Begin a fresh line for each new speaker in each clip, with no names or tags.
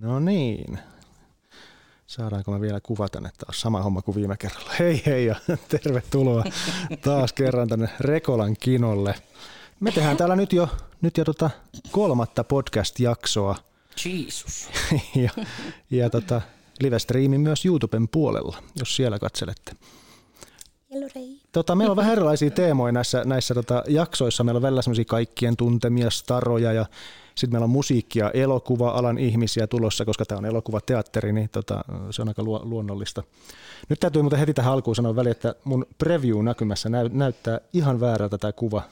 No niin. Saadaanko me vielä kuva tänne taas sama homma kuin viime kerralla? Hei hei ja tervetuloa taas kerran tänne Rekolan kinolle. Me tehdään täällä nyt jo, nyt jo tota kolmatta podcast-jaksoa
Jeesus.
ja, ja tota, live-striimi myös YouTuben puolella, jos siellä katselette. Tota, meillä on vähän erilaisia teemoja näissä, näissä tota, jaksoissa. Meillä on välillä semmoisia kaikkien tuntemia staroja ja sitten meillä on musiikki- ja elokuva-alan ihmisiä tulossa, koska tämä on elokuvateatteri, niin tota, se on aika luo, luonnollista. Nyt täytyy muuten heti tähän alkuun sanoa väliin, että mun preview-näkymässä näy, näyttää ihan väärältä tämä kuva,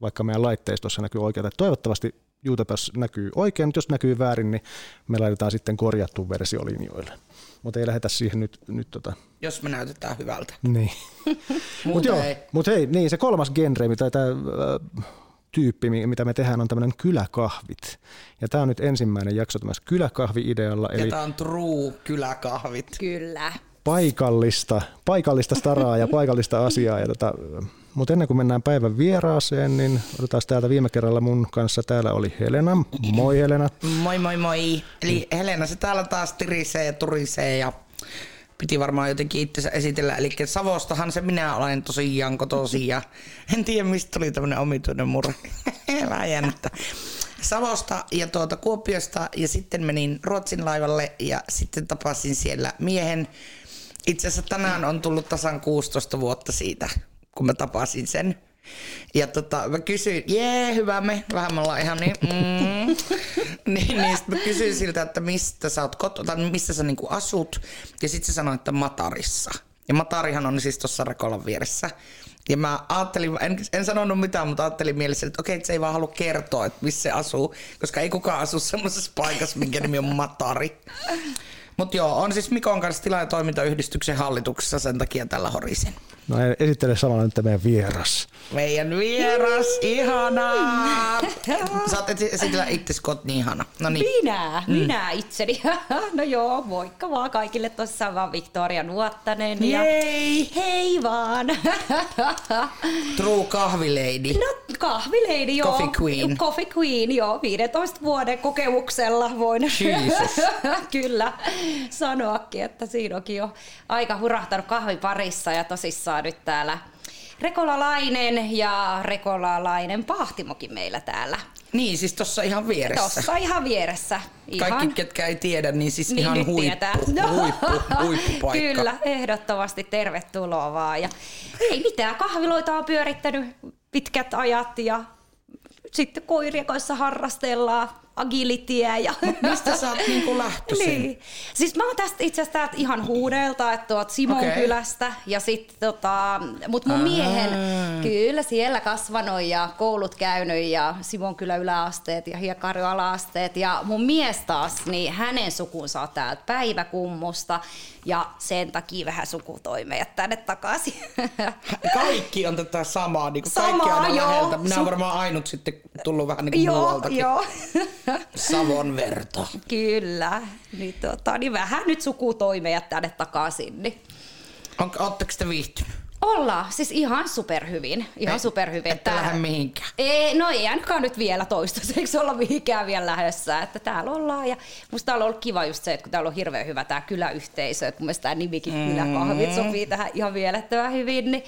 vaikka meidän laitteistossa näkyy oikealta. Toivottavasti YouTubessa näkyy oikein, mutta jos näkyy väärin, niin me laitetaan sitten korjattu versio linjoille. Mutta ei lähetä siihen nyt, nyt tota,
Jos me näytetään hyvältä.
niin. Mutta joo,
ei.
mut hei, niin se kolmas genre, mitä tämä tyyppi, mi- mitä me tehdään, on tämmöinen kyläkahvit. Ja tämä on nyt ensimmäinen jakso tämmöisellä kyläkahvi-idealla,
Ja
eli
tää on true kyläkahvit.
Kyllä.
paikallista, paikallista staraa ja paikallista asiaa. Ja tota, mutta ennen kuin mennään päivän vieraaseen, niin otetaan täältä viime kerralla mun kanssa. Täällä oli Helena. Moi Helena.
Moi moi moi. Eli Helena se täällä taas tirisee ja turisee ja piti varmaan jotenkin itsensä esitellä. Eli Savostahan se minä olen tosiaan kotosi ja en tiedä mistä tuli tämmönen omituinen murre. Vähän jännittä. Savosta ja tuota Kuopiosta ja sitten menin Ruotsin laivalle ja sitten tapasin siellä miehen. Itse asiassa tänään on tullut tasan 16 vuotta siitä, kun mä tapasin sen. Ja tota, mä kysyin, jee, hyvä me, vähän me ollaan ihan niin, mm. niin, niin sit mä kysyin siltä, että mistä sä oot koto, tai missä sä niinku asut, ja sit se sanoi, että Matarissa. Ja Matarihan on siis tuossa Rekolan vieressä. Ja mä ajattelin, en, en sanonut mitään, mutta ajattelin mielessä, että okei, että se ei vaan halua kertoa, että missä se asuu, koska ei kukaan asu semmoisessa paikassa, minkä nimi on Matari. Mutta joo, on siis Mikon kanssa tila- ja toimintayhdistyksen hallituksessa, sen takia tällä horisen.
No esittele samalla nyt tämä meidän vieras.
Meidän vieras, ihanaa! Saat esi- esitellä itse kot niin ihana. No niin.
Minä, minä itseni. no joo, moikka vaan kaikille. Tuossa on vaan Victoria Nuottanen. Ja
Jei!
hei vaan.
True kahvileidi.
no kahvileidi, joo.
Coffee queen.
Coffee queen, joo. 15 vuoden kokemuksella voin
Jesus.
kyllä sanoakin, että siinä onkin jo aika hurahtanut kahviparissa ja tosissaan nyt täällä rekolalainen ja rekolalainen pahtimokin meillä täällä.
Niin, siis tossa ihan vieressä.
Tossa ihan vieressä. Ihan.
Kaikki, ketkä ei tiedä, niin siis
Niin
ihan
nyt
huippu,
tietää. No.
huippu, huippupaikka.
Kyllä, ehdottomasti tervetuloa vaan. Ja ei mitään, kahviloita on pyörittänyt pitkät ajat ja sitten koirien kanssa harrastellaan agilityä ja
Mistä sä oot niinku lähtöisin?
niin. Siis mä oon tästä itse asiassa täältä ihan huudelta, että tuot Simon
Okei.
okay. kylästä ja sit tota, mut mun miehen kyllä siellä kasvanut ja koulut käynyt ja Simon kylä yläasteet ja Hiekarjo alaasteet ja mun mies taas, niin hänen sukunsa on täältä päiväkummusta ja sen takia vähän sukutoimeja tänne takaisin.
Niin Kaikki on tätä samaa, niin kuin kaikki
Samaa,
aina
joo.
läheltä. Minä oon
Su-
varmaan ainut sitten tullut vähän niin kuin
joo,
muualtakin.
joo.
Savon verta.
Kyllä, niin, tota, niin vähän nyt sukutoimeja tänne takaisin. Niin.
On, ootteko te viihtynyt?
Ollaan, siis ihan superhyvin. Ihan
Ei,
superhyvin.
ette lähde mihinkään.
Ei, no ei ainakaan nyt vielä toistaiseksi olla mihinkään vielä lähdössä, että täällä ollaan. Ja musta täällä on ollut kiva just se, että kun täällä on hirveän hyvä tämä kyläyhteisö, että mun mielestä tämä nimikin mm. kyläkahvit sopii tähän ihan mielettömän hyvin, niin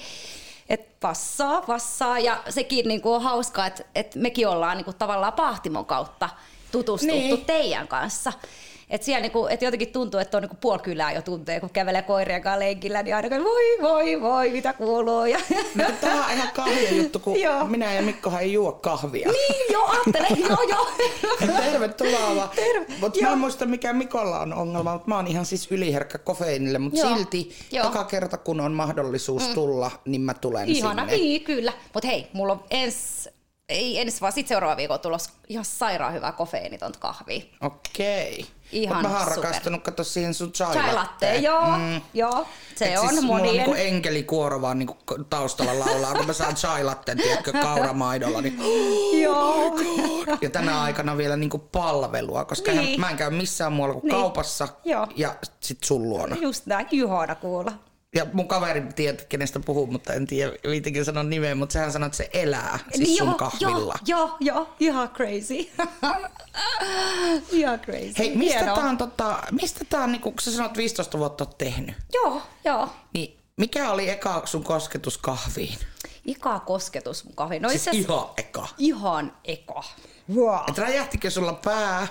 et passaa, passaa. Ja sekin niinku on hauskaa, että et mekin ollaan niinku tavallaan Pahtimon kautta tutustuttu
Niin.
niin. teidän kanssa. Et siellä niinku, et jotenkin tuntuu, että on niinku puoli kylää jo tuntee, kun kävelee koirien kanssa lenkillä, niin aina kun voi, voi, voi, mitä kuuluu. Ja
No, kun Tämä on ihan kahvia juttu, kun
Joo.
minä ja Mikkohan ei juo kahvia.
niin, joo, ajattelen, joo, joo.
Et Tervetuloa vaan.
Terve-
Mut mä
joo.
en muista mikä Mikolla on ongelma, mutta mä oon ihan siis yliherkkä kofeiinille, mutta
Joo.
silti
Joo. Mm.
joka kerta kun on mahdollisuus tulla, niin mä tulen
Ihana,
sinne.
niin kyllä. Mutta hei, mulla on ens, ei ens vaan sit seuraava viikolla tulossa ihan sairaan hyvää kofeiinitonta kahvia.
Okei.
Ihan
Mut mä oon
super.
rakastunut, kato siihen sun
Chai
chai
latte,
latteen.
joo,
Mm.
joo. Se
Et
on
siis mulla
monien.
on niinku enkelikuoro vaan niinku ko- taustalla laulaa, kun mä saan chai latteen, tiedätkö, kauramaidolla. Niin...
joo.
Ja tänä aikana vielä niinku palvelua, koska
Niin.
niin. mä en käy missään muualla kuin
Niin.
kaupassa
Joo.
ja sit sun luona.
Just näin, ihana kuulla.
Ja mun kaveri tietää, kenestä puhuu, mutta en tiedä, viitikin sanoa nimeä, mutta sehän sanoi, että se elää siis
Niin
sun
joo,
kahvilla.
Joo, joo, joo, ihan crazy. ihan crazy.
Hei, mistä
Hienoa.
tää on, tota, mistä tää on niinku, kun sä sanot 15 vuotta oot tehnyt,
Joo, joo.
niin mikä oli eka sun kosketus kahviin?
Ika kosketus mun kahvi. No
siis
itse asiassa
ihan eka.
ihan eka.
Et räjähtikö sulla pää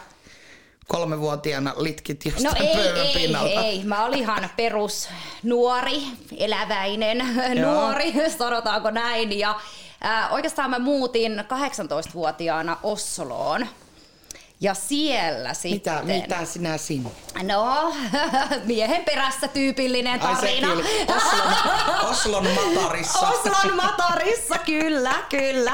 kolmevuotiaana litkit jostain
No ei,
pöydän
ei,
pinnalta?
ei. Mä olin ihan perus nuori, eläväinen
Joo.
nuori, sanotaanko näin. Ja äh, oikeastaan mä muutin 18-vuotiaana Ossoloon. Ja siellä
Mitä,
sitten...
mitä sinä sinne?
No, miehen perässä tyypillinen
Ai sekin
tarina.
oli Oslon, Oslon matarissa.
Oslon matarissa, kyllä, kyllä.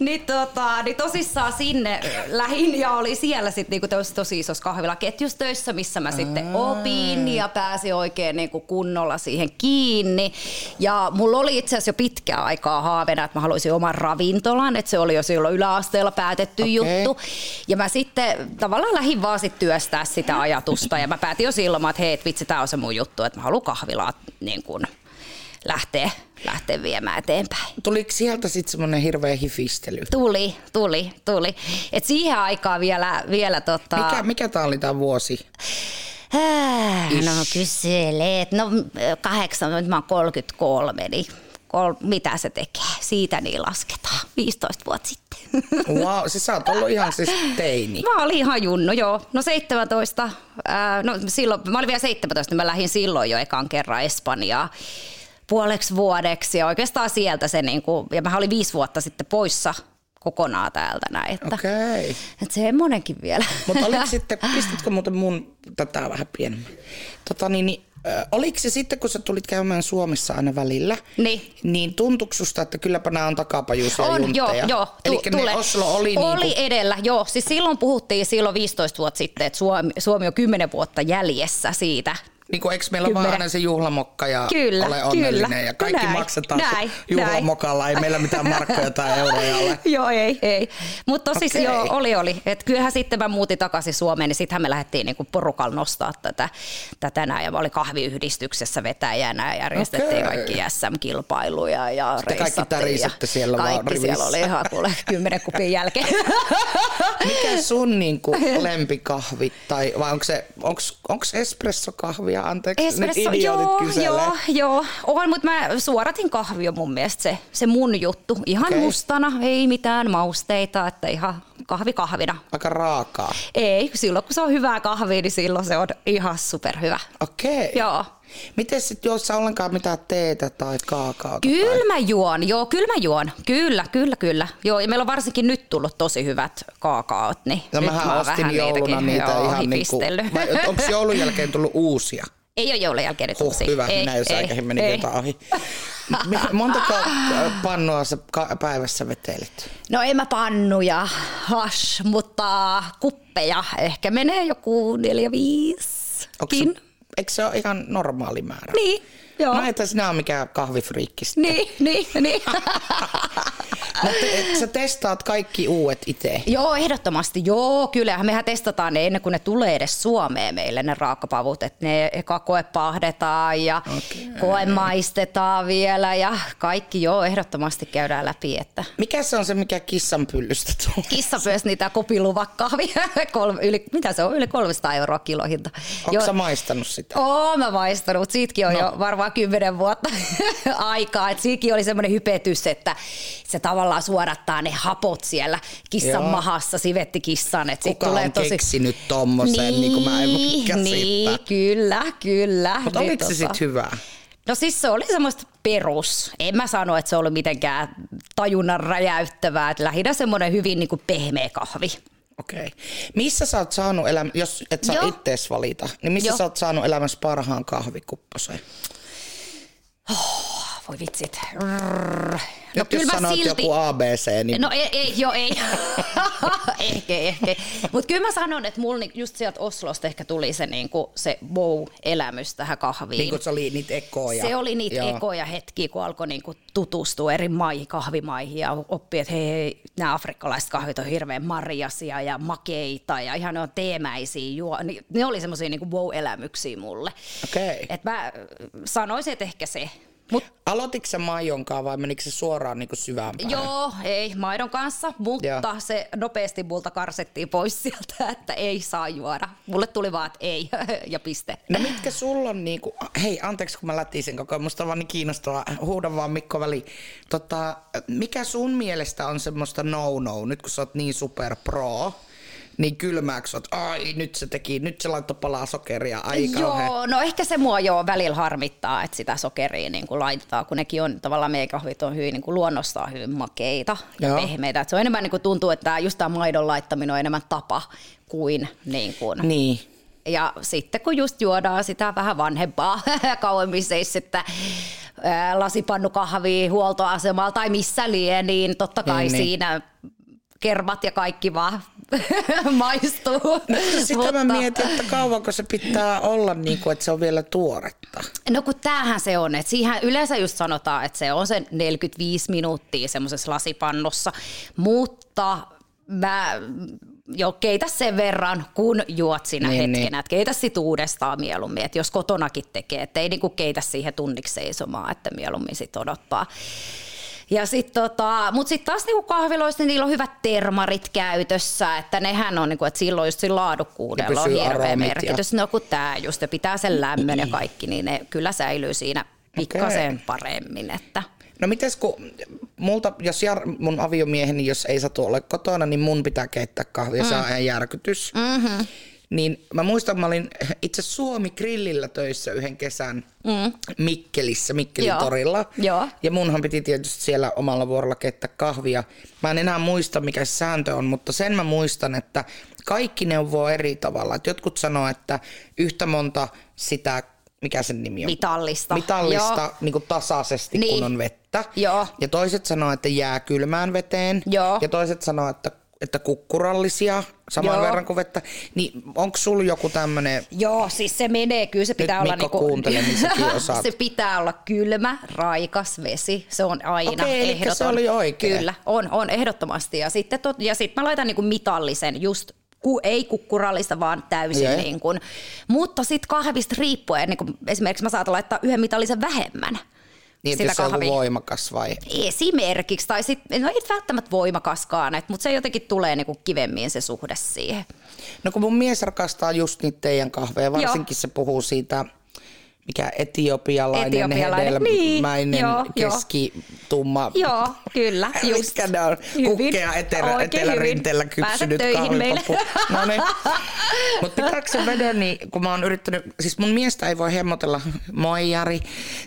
Niin, tota, niin tosissaan sinne lähin ja oli siellä sitten niinku tämmöisessä tosi isossa kahvilaketjussa töissä, missä mä sitten opin ja pääsin oikein niinku kunnolla siihen kiinni. Ja mulla oli itse asiassa jo pitkää aikaa haaveena, että mä haluaisin oman ravintolan, että se oli jo silloin yläasteella päätetty
Okei.
juttu. Ja mä sitten tavallaan lähdin vaan sit työstää sitä ajatusta ja mä päätin jo silloin, että hei, et vitsi, tää on se mun juttu, että mä haluan kahvilaa niin kun lähteä, lähteä viemään eteenpäin.
Tuliko sieltä sitten semmoinen hirveä hifistely?
Tuli, tuli, tuli. Et siihen aikaan vielä, vielä tota...
Mikä, mikä tää oli tää vuosi?
Äh, no kyselet, no kahdeksan, nyt mä oon 33, niin kol, mitä se tekee? Siitä niin lasketaan, 15 vuotta sitten.
Wow, siis sä oot ollut ihan siis teini.
Mä olin ihan junnu, joo. No 17, ää, no silloin, mä olin vielä 17, niin mä lähdin silloin jo ekan kerran Espanjaan puoleksi vuodeksi. Ja oikeastaan sieltä se, niin kuin, ja mä olin viisi vuotta sitten poissa kokonaan täältä näin. Että, okay.
Okei. Okay.
että semmonenkin vielä.
Mutta oliko sitten, pistitkö muuten mun tätä vähän pienemmän? Tota niin, niin ö, oliko se sitten, kun sä tulit käymään Suomessa aina välillä,
Niin.
niin tuntuuko susta, että kylläpä nämä on takapajuisia
On, joo,
juntteja?
joo.
Eli
tu-
ne
tulee.
Oslo oli,
oli
niinku,
edellä, joo. Siis silloin puhuttiin silloin 15 vuotta sitten, että Suomi, Suomi on 10 vuotta jäljessä siitä.
niinku, eikö meillä ole vaan
Kymmenen.
aina se juhlamokka ja
Kyllä,
ole onnellinen
kyllä.
ja kaikki
No näin,
maksetaan
näin,
sun juhlamokalla, ei meillä mitään markkoja tai euroja ole.
joo, ei, ei. Mutta siis
Okei.
okay. joo, oli, oli. Et kyllähän sitten mä muutin takaisin Suomeen, niin sittenhän me lähdettiin niinku porukalla nostaa tätä, tätä näin. Ja mä olin kahviyhdistyksessä vetäjänä ja järjestettiin
Okei.
okay. kaikki SM-kilpailuja ja
Sitten kaikki
reissattiin
tärisitte
ja
siellä vaan
Kaikki siellä
rivissä.
oli ihan kuule kymmenen kupin jälkeen.
Mikä sun niinku lempikahvi, tai vai onko se, onks, onks espressokahvia, anteeksi,
Espresso,
nyt idiotit
joo,
kyselee.
joo, joo, on, mutta mä suoratin kahvi on mun mielestä se, se mun juttu. Ihan
Okei.
okay. mustana, ei mitään mausteita, että ihan kahvi kahvina.
Aika raakaa.
Ei, silloin kun se on hyvää kahvia, niin silloin se on ihan superhyvä.
Okei.
Joo.
Miten sitten, jos sä ollenkaan mitään teetä tai kaakaota? Tai...
Kyllä mä juon, joo, kyllä mä juon. Kyllä, kyllä, kyllä. Joo, ja meillä on varsinkin nyt tullut tosi hyvät kaakaot, niin
No
nyt
mähän
oon
ostin
vähän
jouluna
niitäkin,
niitä
joo,
ihan niinku...
hifistellyt.
Onko joulun jälkeen tullut uusia?
Ei ole joulun jälkeen nyt
Huh,
uusia.
hyvä,
ei,
minä jos
ei,
aikaisemmin meni
ei.
jotain ohi. Mi- Montako äh, pannoa sä ka- päivässä vetelit?
No en mä pannuja, hash, mutta kuppeja ehkä menee joku neljä viisi.
Onks se, eikö se ole ihan normaali määrä?
Niin, joo.
Mä että sinä on mikään kahvifriikki. sitten.
Niin, niin, niin.
Mutta et sä testaat kaikki uudet itse.
joo, ehdottomasti. Joo, kyllähän mehän testataan ne ennen kuin ne tulee edes Suomeen meille ne raakapavut. Että ne eka koepahdetaan ja okay. koemaistetaan vielä ja kaikki joo, ehdottomasti käydään läpi. Että.
Mikä se on se, mikä kissan pyllystä tulee?
Kissa myös niitä kopiluvakkahvia, kolme, yli, mitä se on, yli 300 euroa kilohinta.
Onko
Joo.
sä maistanut sitä?
Oo, mä maistanut, mutta siitäkin on no. jo varmaan kymmenen vuotta aikaa. Et siitäkin oli semmoinen hypetys, että se tavallaan suodattaa ne hapot siellä kissan
Joo.
Joo. mahassa, sivettikissan. Et sit
Kuka
tulee
on
tosi...
keksinyt tommosen, niin, niin kuin mä en voi käsittää.
niin, kyllä, kyllä.
Mutta
Niin,
oliko se
tota-
sitten hyvää?
No siis se oli semmoista perus. En mä sano, että se oli mitenkään tajunnan räjäyttävää. Et lähinnä semmoinen hyvin niin kuin pehmeä kahvi.
Okei. Missä sä oot saanut elämä, jos et saa
Joo.
ittees valita, niin missä Joo.
Joo.
sä oot saanut elämässä parhaan kahvikupposen?
Ah, voi vitsit. Rrrr.
Nyt jos sanot joku ABC, niin
No ei, ei joo, ei. ehkä, ehkä. Mutta kyllä mä sanon, että mulla ni- just sieltä Oslosta ehkä tuli se, niinku, se wow-elämys tähän kahviin.
niin kuin se oli niitä ekoja.
Se oli niitä
Joo.
ekoja hetkiä, kun alkoi niinku tutustua eri maihin, kahvimaihin ja oppi, että hei, hei nämä afrikkalaiset kahvit on hirveän marjasia ja makeita ja ihan ne on teemäisiä. Juo. Ni- Ne oli semmoisia niinku wow-elämyksiä mulle.
Okei.
Et mä äh, sanoisin, että ehkä se. Mut
Aloititko se Maijonkaan vai menikö se suoraan niin kuin syvään päälle?
Joo, ei maidon kanssa, mutta
Joo.
se nopeasti multa karsettiin pois sieltä, että ei saa juoda. Mulle tuli vaan, että ei ja piste.
No mitkä sulla on niinku, hei anteeksi kun mä lätisin koko ajan, musta on vaan niin kiinnostavaa, huudan vaan Mikko väliin. Tota, mikä sun mielestä on semmoista no-no, nyt kun sä oot niin super pro, niin kylmääks sä oot, ai nyt se teki, nyt se laittoi palaa sokeria, ai kauhean.
Joo, no ehkä se mua jo välillä harmittaa, että sitä sokeria niin kuin laitetaan, kun nekin on tavallaan meidän kahvit on hyvin niin kuin luonnostaan hyvin makeita ja
Joo.
Joo. pehmeitä. Et se on enemmän niin kuin tuntuu, että tää, just tämä maidon laittaminen on enemmän tapa kuin, niin kuin
Niin.
Ja sitten kun just juodaan sitä vähän vanhempaa, kauemmin seissettä ää, lasipannukahvia huoltoasemalla tai missä lie, niin totta kai
Niin,
niin,
niin.
siinä kermat ja kaikki vaan maistuu.
Sitten Mutta... mä mietin, että kauanko se pitää olla niin kuin, että se on vielä tuoretta.
No kun tämähän se on, että siihen yleensä just sanotaan, että se on se 45 minuuttia semmoisessa lasipannossa, mutta mä jo keitä sen verran, kun juot siinä
Niin,
niin, hetkenä, niin. että keitä sit uudestaan mieluummin, että jos kotonakin tekee, että ei niinku keitä siihen tunniksi seisomaan, että mieluummin sit odottaa. Ja sit tota, mut sit taas niinku kahviloissa, niin niillä on hyvät termarit käytössä, että nehän on niinku, että silloin just sillä
Ja
laadukkuudella on
pysyy
hirveä
aromit ja-
merkitys jos no kun tää just, ja pitää sen lämmön ja kaikki, niin ne kyllä säilyy siinä pikkasen paremmin. Että.
No mites kun multa, jos jar, mun aviomieheni, jos ei satu ole kotona, niin mun pitää keittää kahvia, mm. se on ihan järkytys. Mm-hmm. Niin mä muistan, mä olin itse Suomi Grillillä töissä yhden kesän mm. Mikkelissä, Mikkelin
Joo.
torilla.
Joo.
Ja munhan piti tietysti siellä omalla vuorolla keittää kahvia. Mä en enää muista, mikä se sääntö on, mutta sen mä muistan, että kaikki neuvoo eri tavalla. Et jotkut sanoo, että yhtä monta sitä, mikä sen nimi on?
Mitallista.
Mitallista niin tasaisesti, niin. kun
Niin.
on vettä.
Joo.
Ja toiset sanoo, että jää kylmään veteen.
Joo.
Ja toiset sanoo, että, että kukkurallisia saman
Joo.
verran kuin vettä. Niin onko sulla joku tämmöinen...
Joo, siis se menee, kyllä se pitää olla niinku
Mikko kuuntele, niin säkin osaat.
se pitää olla kylmä, raikas vesi, se on aina
Okei, elikkä
ehdoton.
se oli oikee.
Kyllä, on, on ehdottomasti. Ja sitten tot, ja sit mä laitan niinku mitallisen, just ku, ei kukkurallista, vaan täysin.
Jee.
Niin kun. Mutta sitten kahvista riippuen, niin kun esimerkiksi mä saatan laittaa yhden mitallisen vähemmän.
Niin, että
sitä
jos on joku
kahvia.
voimakas vai...
Esimerkiksi, tai sitten, no ei välttämättä voimakaskaan, et, mutta se jotenkin tulee niinku kivemmin se suhde siihen.
No kun mun mies rakastaa just niitä teidän kahveja, varsinkin Joo. se puhuu siitä, mikä etiopialainen,
Etiopialainen,
hedelmäinen,
niin, joo, joo.
keskitumma
Joo, kyllä, just.
Mitkä ne on?
Hyvin.
Kukkea etelä,
Oikein hyvin.
etelärinteellä
Pääset
kypsynyt
töihin
kahvipapu.
meille.
No niin. Mutta pitääkö se veden, niin kun mä oon yrittänyt, siis mun miestä ei voi hemmotella, moi Jari,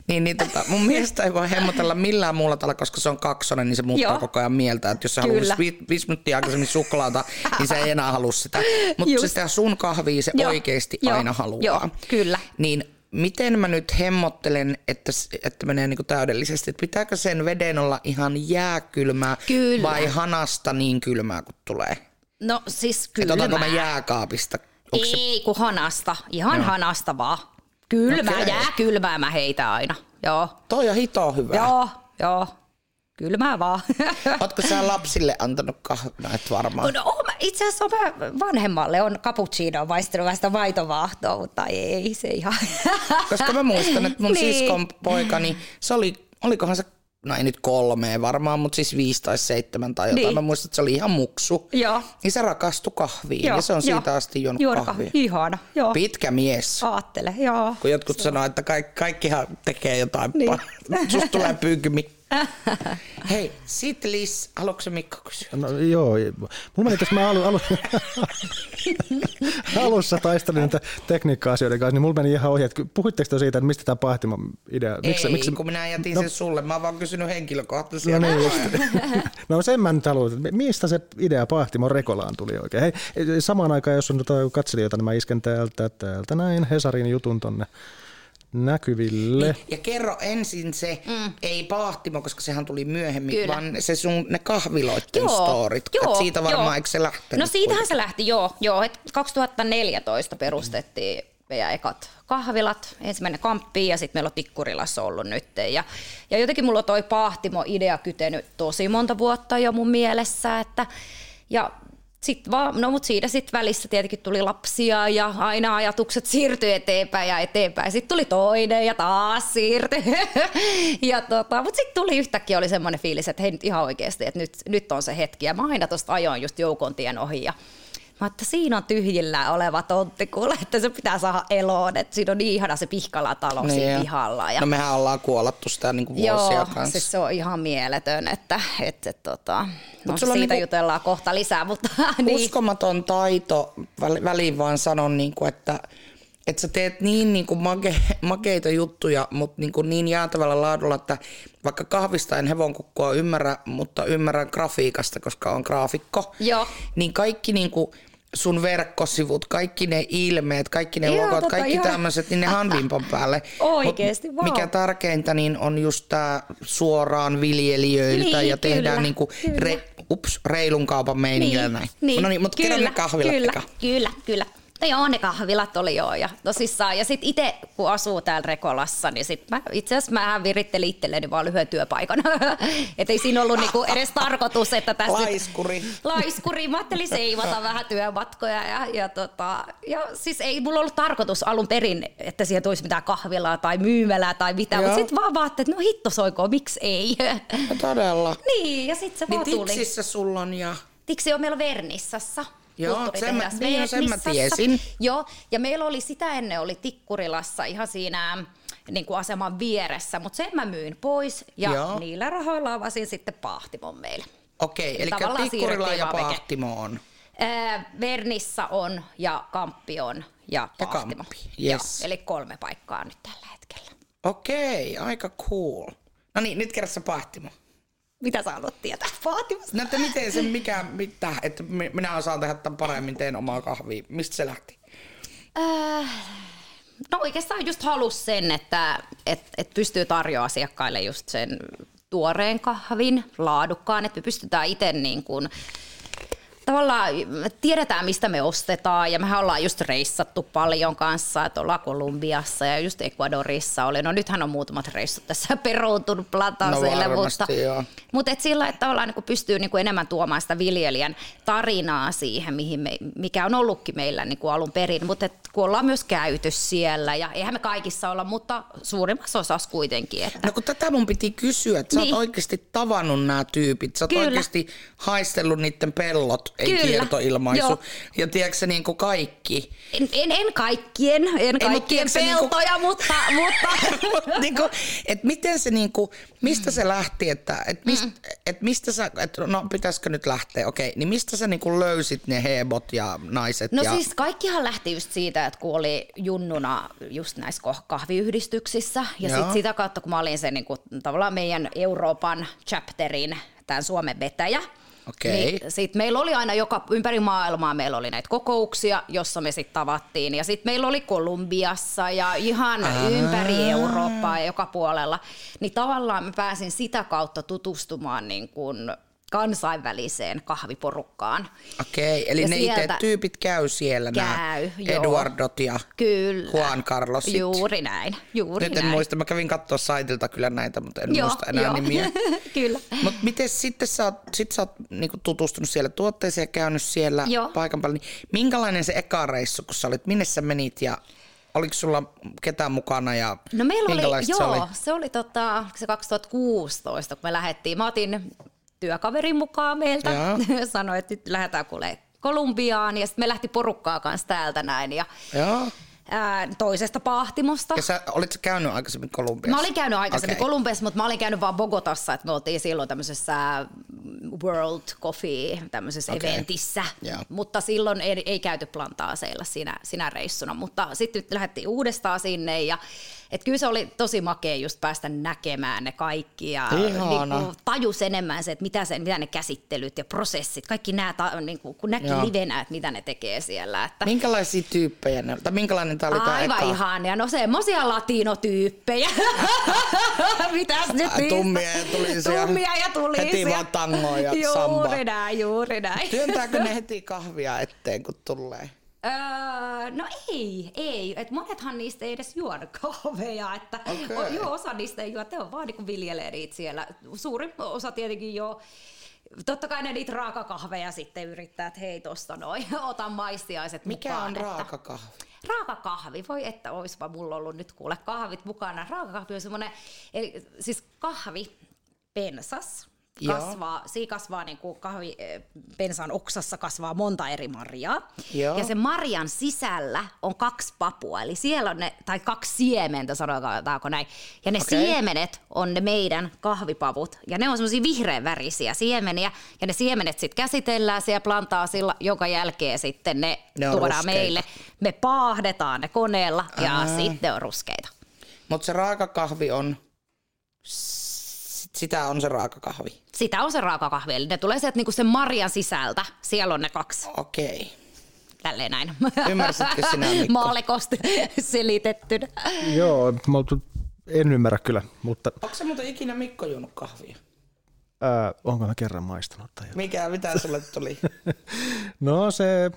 niin, niin tota, mun miestä ei voi hemmotella millään muulla tavalla, koska se on kaksonen, niin se muuttaa Joo.
Joo.
koko ajan mieltä. Että jos se haluaisi
Kyllä.
vi, viisi minuuttia aikaisemmin suklaata, niin se ei enää halua sitä. Mutta
Just.
sitä sun kahvia se
Joo.
oikeasti
Joo.
aina haluaa.
Joo, kyllä.
Niin miten mä nyt hemmottelen, että, s- että menee niin täydellisesti? Että pitääkö sen veden olla ihan jääkylmää
Kyllä.
vai hanasta niin kylmää kuin tulee?
No siis
Että otanko mä
kylmää.
jääkaapista? Onko se
Ei, kun hanasta. Ihan no. hanasta vaan. Kylmää,
Okei.
okay. jää kylmää mä heitä aina. Joo,
toi on hito hyvä?
joo, joo. Kylmää vaan.
Ootko sä lapsille antanut kahvina? Et varmaan.
No, oon mä- itse asiassa mä vanhemmalle on cappuccino vaistellut vähän sitä maitovaahtoa, mutta ei se ihan.
Koska mä muistan, että mun niin.
Niin.
siskon poika, niin se oli, olikohan se, no ei nyt kolme varmaan, mutta siis viisi tai seitsemän tai jotain. Niin.
Niin.
Mä muistan, että se oli ihan muksu.
Joo.
Niin se rakastui kahviin ja se on
joo.
siitä asti juonut
Juonut
kahvia.
Ihana, joo.
Pitkä mies.
Aattele, joo.
Kun jotkut sanoo, että kaikki, kaikkihan tekee jotain. Niin. Susta tulee pyykkymi. Hei, sit Liis, haluatko se Mikko kysyä?
No, joo, mulla meni tässä mä alu, alu, alussa taistelin näitä tekniikka-asioiden kanssa, niin mulla meni ihan ohi, että ky- puhuitteko te siitä, että mistä tämä pahtimon idea?
Ei, miksi? kun minä jätin no. sen sulle. Mä oon vaan kysynyt henkilökohtaisia.
No, niin just. no sen mä nyt haluan, että mistä se idea Pahtimon Rekolaan tuli oikein. Hei, tuota, samaan aikaan, jos on tota katselijoita, niin mä isken täältä, täältä näin Hesarin jutun tonne näkyville.
Ja kerro ensin se, mm. ei paahtimo, koska sehän tuli myöhemmin,
Kyllä.
Kyllä. vaan se sun ne kahviloitten joo, storit. Joo, siitä varmaan joo. eikö se lähtenyt?
No siitähän se lähti, joo. joo et 2014 perustettiin meidän ekat kahvilat, ensimmäinen kamppi ja sitten meillä on Tikkurilassa ollut nyt. Ja, ja jotenkin mulla on toi paahtimo-idea kytenyt tosi monta vuotta jo mun mielessä. Että, ja sit vaan, no mut siinä sitten välissä tietenkin tuli lapsia ja aina ajatukset siirtyi eteenpäin ja eteenpäin. Sitten tuli toinen ja taas siirtyi. ja tota, mut sitten tuli yhtäkkiä oli semmoinen fiilis, että hei nyt ihan oikeasti, että nyt, nyt on se hetki. Ja mä aina tuosta ajoin just joukontien ohi ja Mä että siinä on tyhjillä oleva tontti, kuule, että se pitää saada eloon, että siinä on niin ihana se pihkalatalo niin siinä
joo.
pihalla. Ja
No mehän ollaan kuolattu sitä niinku vuosia
Joo,
kanssa.
siis se on ihan mieletön, että, että, että tota,
sulla
no, siitä
on
niinku
niinku-
jutellaan kohta lisää, mutta niin.
uskomaton taito, väl- väliin vaan sanon, niin kuin, että, että sä teet niin, niin kuin make, makeita juttuja, mutta niin, kuin niin jäätävällä laadulla, että vaikka kahvista en hevonkukkua ymmärrä, mutta ymmärrän grafiikasta, koska on graafikko,
Joo.
niin kaikki niin kuin sun verkkosivut, kaikki ne ilmeet, kaikki ne
Joo,
logot,
tota,
kaikki
joo.
tämmöiset, niin ne hanvimpan päälle.
Oikeesti,
Mut
vau.
Mikä tärkeintä, niin on just tää suoraan viljelijöiltä
Niin,
ja tehdään
kyllä,
niinku
kyllä.
re, ups, reilun kaupan meiningillä niin, näin. Niin, no niin, mutta kerro ne kahvilat
kyllä,
eka.
kyllä, kyllä. No joo, ne kahvilat oli joo ja tosissaan. Ja sitten itse, kun asuu täällä Rekolassa, niin sit mä, itse asiassa mä virittelin itselleni vaan lyhyen työpaikan. Et ei siinä ollut niinku edes tarkoitus, että tässä nyt-
Laiskuri.
laiskuri. Mä ajattelin seivata vähän työmatkoja ja, ja, tota, ja siis ei mulla ollut tarkoitus alun perin, että siihen tulisi mitään kahvilaa tai myymälää tai mitä, mutta
Joo.
sitten vaan vaatteet, että no hitto soikoon, miksi ei.
No todella.
niin, ja sitten se
Niin
vaan tuli.
tiksissä sulla on ja...
Tiksi on meillä Vernissassa.
Joo,
Kulttuuritehdas
sen mä- niin joo, sen mä
Vernissassa.
tiesin.
Joo, ja meillä oli sitä ennen oli Tikkurilassa ihan siinä niin kuin aseman vieressä, mutta sen mä myin pois ja joo.
Joo.
niillä rahoilla avasin sitten pahtimon meillä.
Okei, eli
Tavallaan
pikkurila
siirrettiin
ja
vaan veke.
pahtimo on.
Ää, Vernissa on ja Kamppi on ja
Ja
Pahtimo.
Kamppi, yes.
Joo, eli kolme paikkaa nyt tällä hetkellä.
Okei, aika cool. No niin, nyt kerro se pahtimo.
Mitä sä haluat tietää Pahtimosta?
No että miten se, mikä, mitä, että mi- minä osaan tehdä tämän paremmin, teen omaa kahvia. Mistä se lähti?
Äh, No oikeastaan just halus sen, että et, et pystyy tarjoamaan asiakkaille just sen tuoreen kahvin, laadukkaan, että me pystytään itse niin kuin tavallaan me tiedetään, mistä me ostetaan ja mehän ollaan just reissattu paljon kanssa, että ollaan Kolumbiassa ja just Ecuadorissa oli. No nythän on muutamat reissut tässä peruuntunut plataseille,
No varmasti,
mutta,
joo.
mutta et sillä, että tavallaan niin pystyy niin enemmän tuomaan sitä viljelijän tarinaa siihen, mihin me, mikä on ollutkin meillä niin alun perin, mutta et kun ollaan myös käyty siellä ja eihän me kaikissa olla, mutta suurimmassa osassa kuitenkin. Että.
No kun tätä mun piti kysyä, että sä
Niin.
oot oikeasti tavannut nämä tyypit. Sä oot
Kyllä.
oikeasti haistellut niiden pellot, ei
Kyllä.
kiertoilmaisu.
Joo.
Ja tiedätkö sä, niin kuin kaikki.
En, en, en kaikkien, en kaikkien
tiedätkö se niinku-
peltoja, mutta, mutta
Mut niinku, et miten se niinku, mistä se lähti, että et mist, et mistä sä, et no pitäisikö nyt lähteä, okei, niin mistä sä niinku löysit ne hebot ja naiset
No
ja...
siis kaikkihan lähti just siitä, että kun oli junnuna just näissä koh- kahviyhdistyksissä ja
Joo.
sitten sitä kautta, kun mä olin se niinku, tavallaan meidän Euroopan chapterin, tämän Suomen vetäjä,
Okei.
Niin sit meillä oli aina joka, ympäri maailmaa meillä oli näitä kokouksia, jossa me sitten tavattiin. Ja sitten meillä oli Kolumbiassa ja ihan ympäri Eurooppaa ja joka puolella. Niin tavallaan mä pääsin sitä kautta tutustumaan niin kuin kansainväliseen kahviporukkaan.
Okei, eli
Ja
ne itse
sieltä-
tyypit käy siellä nämä
Käy, joo.
Eduardot ja
Kyllä.
Juan Carlosit.
Juuri näin, juuri
Nyt en
näin.
muista, mä kävin katsoa saitilta kyllä näitä, mutta en muista enää nimiä.
Kyllä.
Mutta miten sitten sä oot, sit sä oot niinku tutustunut siellä tuotteeseen ja käynyt siellä
Joo.
Joo. paikan päällä, niin minkälainen se eka reissu, kun sä olit, minne sä menit ja oliko sulla ketään mukana ja
No meillä oli,
minkälaista
joo,
se oli?
se oli tota, se 2016, kun me lähdettiin. Mä otin työkaverin mukaan meiltä,
Joo.
sanoi, että nyt lähdetään kuule Kolumbiaan ja sitten me lähti porukkaa kanssa täältä näin ja
Joo.
ää, toisesta pahtimosta.
Ja sä, olit sä käynyt aikaisemmin Kolumbiassa?
Mä olin käynyt aikaisemmin
Okei.
okay. Kolumbiassa, mutta mä olin käynyt vaan Bogotassa, että me oltiin silloin tämmöisessä mm, World Coffee tämmöisessä
Okei.
okay. eventissä,
Joo.
mutta silloin ei, ei käyty plantaaseilla siinä, siinä reissuna, mutta sitten nyt lähdettiin uudestaan sinne ja et kyllä se oli tosi makea just päästä näkemään ne kaikki ja
Ihana.
niinku tajus enemmän se, että mitä, se, mitä ne käsittelyt ja prosessit, kaikki nämä, ta, niinku, kun näki
Joo.
livenä, että mitä ne tekee siellä. Että
Minkälaisia tyyppejä ne tai minkälainen tämä oli tämä
Aivan
eka?
ihania. No semmosia latinotyyppejä. Mitäs nyt niistä?
Tummia ja tulisia.
Tummia ja tulisia.
Heti vaan tangoa ja
juuri
sambaa.
näin, juuri näin.
Työntääkö ne heti kahvia eteen, kun tulee?
Öö, no ei, ei. Et monethan niistä ei edes juo kahveja. Että
Okei.
okay. Joo, osa niistä ei juo. Te on vaan niinku viljelee niitä siellä. Suurin osa tietenkin jo. Totta kai ne niitä raakakahveja sitten yrittää, että hei tosta noin, ota maistiaiset
Mikä
mukaan,
on
että-
raaka kahvi?
Raakakahvi, voi että oispa mulla ollut nyt kuule kahvit mukana. Raakakahvi on semmoinen, eli siis kahvi pensas,
Joo.
kasvaa, siinä kasvaa niin kuin kahvi, eh, pensaan oksassa kasvaa monta eri marjaa.
Joo.
Ja sen marjan sisällä on kaksi papua, eli siellä on ne, tai kaksi siementä sanotaanko näin. Ja ne
Okei.
okay. siemenet on ne meidän kahvipavut, ja ne on semmoisia vihreän värisiä siemeniä, ja ne siemenet sitten käsitellään siellä plantaasilla, jonka jälkeen sitten ne
Ne on
tuodaan
ruskeita.
meille. Me paahdetaan ne koneella ja
Ää.
sitten on ruskeita.
Mutta se raaka kahvi on... s- Sitä on se raaka kahvi.
Sitä on se raakakahvi, eli ne tulee sieltä niinku sen marjan sisältä. Siellä on ne kaksi,
Okei.
tälleen näin.
Ymmärsitkö sinä, Mikko?
Maallekosti selitettynä.
Niin.
Joo, mä en ymmärrä kyllä, mutta
Onko se muuten ikinä Mikko juonut kahvia?
ää, onko mä kerran maistanut tai
Mikä, mitä sulle tuli?
No se,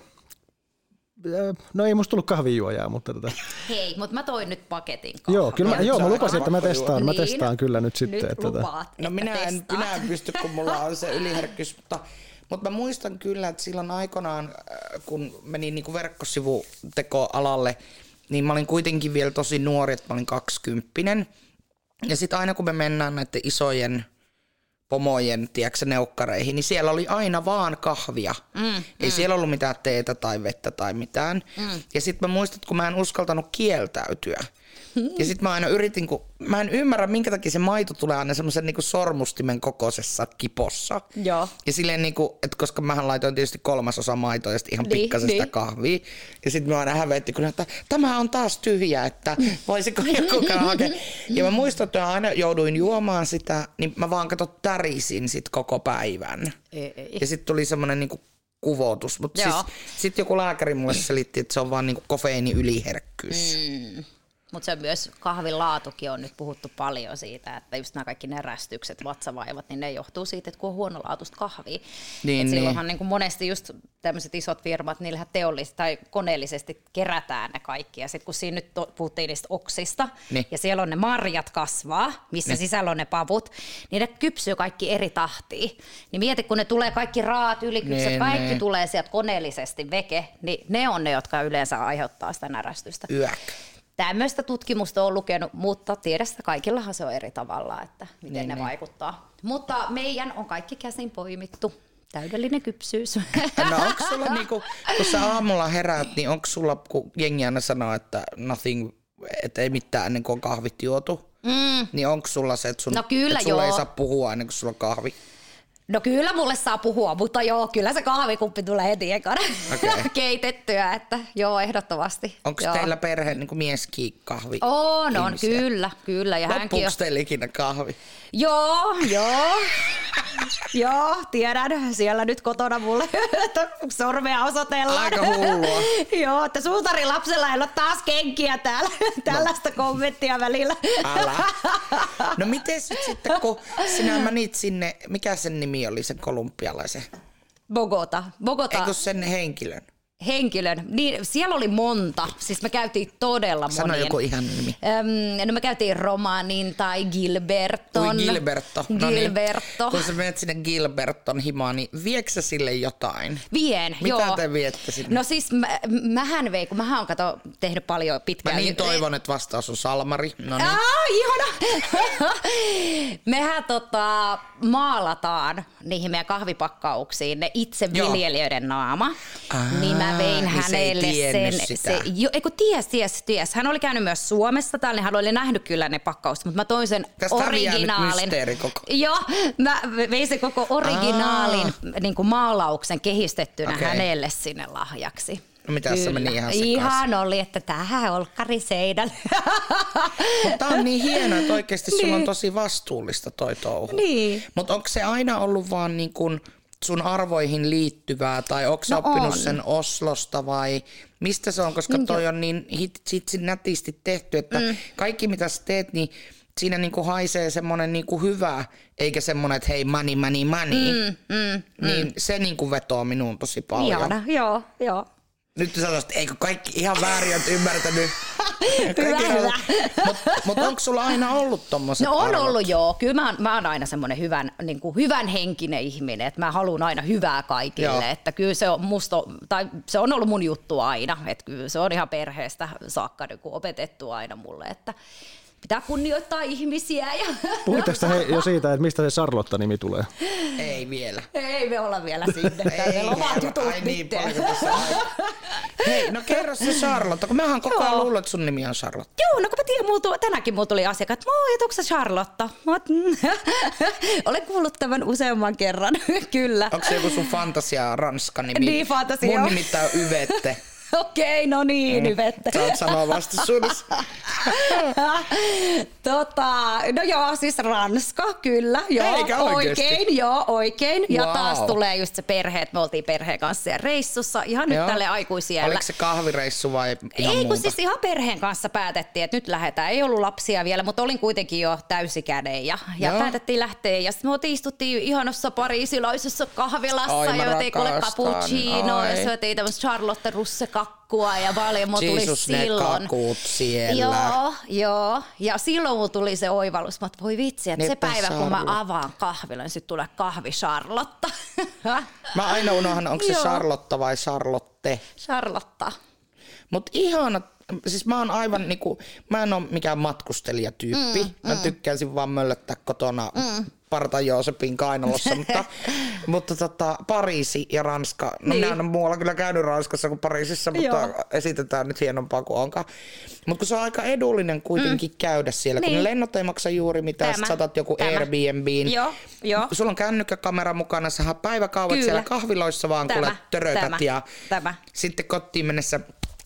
ää, no ei musta tullut kahvijuojaa, mutta tota,
Hei, mutta mä toin nyt paketin kahvia.
joo, kyllä, mä,
nyt
joo,
se
mä
on
lupasin,
aika
että mä
vahva
testaan, mä
juoma.
testaan
Niin.
kyllä nyt sitten.
Nyt
että tota,
lupaat,
No minä en,
testaat.
minä en pysty, kun mulla on se yliherkkyys, mutta, mutta mä muistan kyllä, että silloin aikanaan, äh, kun menin niin verkkosivutekoalalle, niin mä olin kuitenkin vielä tosi nuori, että mä olin kaksikymppinen. Ja sitten aina kun me mennään näiden isojen pomojen, tiedätkö, neukkareihin, niin siellä oli aina vaan kahvia. Mm, Ei mm. siellä ollut mitään teetä tai vettä tai mitään. Mm. Ja sitten mä muistan, että kun mä en uskaltanut kieltäytyä. Ja sitten mä aina yritin, kun mä en ymmärrä, minkä takia se maito tulee aina semmoisen niinku sormustimen kokoisessa kipossa.
Joo.
Ja silleen niinku, että koska mähän laitoin tietysti kolmasosa maitoa ja sitten ihan
Niin,
pikkasen sitä
niin.
kahvia. Ja sitten mä aina hävetti, kun että tämä on taas tyhjä, että voisiko joku käydä hakemaan. Ja mä muistan, että mä aina jouduin juomaan sitä, niin mä vaan kato tärisin sit koko päivän.
Ei.
Ja sitten tuli semmoinen niinku kuvotus. Mutta siis,
Joo.
sitten joku lääkäri mulle selitti, että se on vaan niinku kofeiini yliherkkyys. Mm.
Mutta se on myös kahvin laatukin on nyt puhuttu paljon siitä, että just nämä kaikki närästykset, vatsavaivat, niin ne johtuu siitä, että kun on huonolaatuista kahvia.
Niin,
Niin,
niin.
et silloinhan niin. Niin monesti just tämmöiset isot firmat, niillähän teollisesti tai koneellisesti kerätään ne kaikki. Ja sitten kun siinä nyt to- puhuttiin niistä oksista,
Niin.
niin. ja siellä on ne marjat kasvaa, missä
Niin.
niin. sisällä on ne pavut, niin ne kypsyy kaikki eri tahtiin. Niin mieti, kun ne tulee kaikki raat, ylikypsät,
Niin,
niin, kaikki
niin.
niin. tulee sieltä koneellisesti veke, niin ne on ne, jotka yleensä aiheuttaa sitä närästystä.
Yök.
Tämmöistä tutkimusta on lukenut, mutta tiedä sitä, kaikillahan se on eri tavalla, että miten
Niin,
niin, ne
niin.
niin. vaikuttaa. Mutta meidän on kaikki käsin poimittu. Täydellinen kypsyys.
No onko sulla niinku, kun sä aamulla heräät, niin onko sulla, kun jengi aina sanoo, että nothing, että ei mitään ennen kuin on kahvit juotu, mm. niin onko sulla se, että, sun,
No kyllä
että sulla ei
joo.
saa puhua ennen kuin sulla on kahvi?
No kyllä mulle saa puhua, mutta joo, kyllä se kahvikuppi tulee heti ekana
Okei.
okay. keitettyä, että joo, ehdottomasti.
Onko
joo.
teillä perhe niin mieskin kahvi?
On, on,
ihmisiä?
kyllä, kyllä. Ja hänkin on.
Loppuuko teillä ikinä kahvi?
Joo, joo. joo, tiedän. Siellä nyt kotona mulle sormea osoitellaan.
Aika hullua.
joo, että suutarilapsella ei ole taas kenkiä täällä.
No.
Tällaista kommenttia välillä.
Älä. No miten sit sitten, kun sinä menit sinne, mikä sen nimi oli, sen kolumbialaisen?
Tota- Bogota. Bogota.
Eikö sen henkilön?
henkilön. Niin, siellä oli monta. Siis me käytiin todella
Sano
monien.
joku ihan nimi.
Öm, no me käytiin Romanin tai Gilberton.
Ui, Gilberto. No niin.
Gilberto.
Kun sä menet sinne Gilberton himaan, niin viekö sä sille jotain?
Vien,
Mitä
joo.
te viette sinne?
No siis mä, mähän vei, kun mähän on kato, tehnyt paljon
Mä
pitkään.
niin toivon, että vastaus on Salmari. No niin.
Aa, ihana! Mehän tota, maalataan niihin meidän kahvipakkauksiin ne itse
Joo.
viljelijöiden naama. Aa. Niin mä mä vein
niin se ei
hänelle
tiennyt
sen.
sitä.
Se, jo, eiku, ties, ties, ties. Hän oli käynyt myös Suomessa täällä, niin hän oli nähnyt kyllä ne pakkaukset, mutta mä toin sen
Tästä häviää nyt
originaalin.
mysteeri koko.
Joo, mä vein sen koko originaalin niin kuin maalauksen kehistettynä
Okei.
okay. hänelle sinne lahjaksi.
No mitä se meni ihan sekaisin?
Ihan oli, että tämähän olkkari seinälle.
Tämä on niin hienoa, että oikeasti sulla on
Niin.
tosi vastuullista toi touhu.
Niin.
Mutta onko se aina ollut vaan niin kun sun arvoihin liittyvää tai onko sä
No
oppinut
on.
sen Oslosta vai mistä se on, koska toi on niin hit, sit nätisti tehty, että mm. kaikki mitä sä teet, niin siinä niinku haisee semmoinen niinku hyvä, eikä semmoinen, että hei money, money, money. Mm, mm, niin se niinku vetoo minuun tosi paljon.
Ihana, joo, joo.
Nyt sä sanoisit, eikö kaikki ihan väärin oot ymmärtänyt.
Hyvä, hyvä.
Mutta mut onko sulla aina ollut tommoset
No on
arvot?
ollut joo. Kyllä mä, oon- mä oon aina semmoinen hyvän, niin kuin hyvän henkinen ihminen, että mä haluan aina hyvää kaikille.
Joo.
Joo. Että kyllä se on, musta, tai se on ollut mun juttu aina. Että kyllä se on ihan perheestä saakka niin kuin opetettu aina mulle, että pitää kunnioittaa ihmisiä. Ja
Puhuit tästä hei, jo siitä, että mistä se Sarlotta-nimi tulee.
Ei vielä.
Ei me olla vielä sinne.
Ei
Meillä on omat jutut
Ai niin,
itse.
paljon tässä on aikaa. Hei, no kerro se Charlotte, kun mähän koko ajan
Joo.
luulen, että sun nimi on Charlotte.
Joo, no kun mä tiedän, mulla tuli, tänäänkin mulla tuli asiakkaat, että moi, et onko sä Charlotta? Mä oot, "Mm." olen kuullut tämän useamman kerran, kyllä.
Onko se joku sun fantasia ranska nimi?
Niin, fantasia,
Mun
joo.
nimittäin on Yvette.
Okei, no niin, mm. vettä.
Sä oot sanoa vastaisuudessa.
tota, no joo, siis Ranska, kyllä. Joo,
Eikä oikeesti?
oikein, joo, oikein. Ja
Wow.
taas tulee just se perhe, että me oltiin perheen kanssa siellä reissussa, ihan
Joo.
nyt tälle aikuisiellä.
Oliko se kahvireissu vai ihan
Ei, kun
muuta?
siis ihan perheen kanssa päätettiin, että nyt lähdetään. Ei ollut lapsia vielä, mutta olin kuitenkin jo täysikäden ja, ja
Joo.
päätettiin lähteä. Ja sitten me oltiin- istuttiin ihanassa pariisilaisessa kahvilassa
Ai, mä
ja jotiin kuule
rakastan.
cappuccinoa
Ai.
ja syötiin tämmöistä Charlotte Russe-kakkua ja vaimo tuli
Jeesus, ne
silloin.
kakut siellä.
Joo, joo. Ja silloin mulla tuli se oivallus, mä oot, voi vitsi, että
Ne
se päivä kun mä
Charlotte.
avaan kahvilan, niin sitten tulee kahvi Charlotta.
Mä aina unohan, onko se
Joo.
Charlotte vai Charlotte.
Charlotta.
Mutta ihana, siis mä oon aivan niinku, mä en oo mikään matkuskelijatyyppi. Mm, mä tykkäisin vaan möllöttää kotona mm. parta Joosepin kainalossa, mutta, mutta tota, Pariisi ja Ranska, no niin.
Niin.
minä en oo muualla kyllä käynyt Ranskassa kuin Pariisissa, mutta Joo.
Joo.
esitetään nyt hienompaa kuin onkaan. Mutta kun se on aika edullinen kuitenkin mm. käydä siellä, kun
Niin.
ne lennot ei maksa juuri mitään,
Tämä,
sä saatat joku
tämä.
Airbnbiin.
Joo, joo.
Niin. Sulla on kännykkäkamera mukana, sähän päiväkauvat
Kyllä.
siellä kahviloissa vaan
Tämä,
kuule törötät
tämä,
ja
tämä.
sitten kotiin mennessä,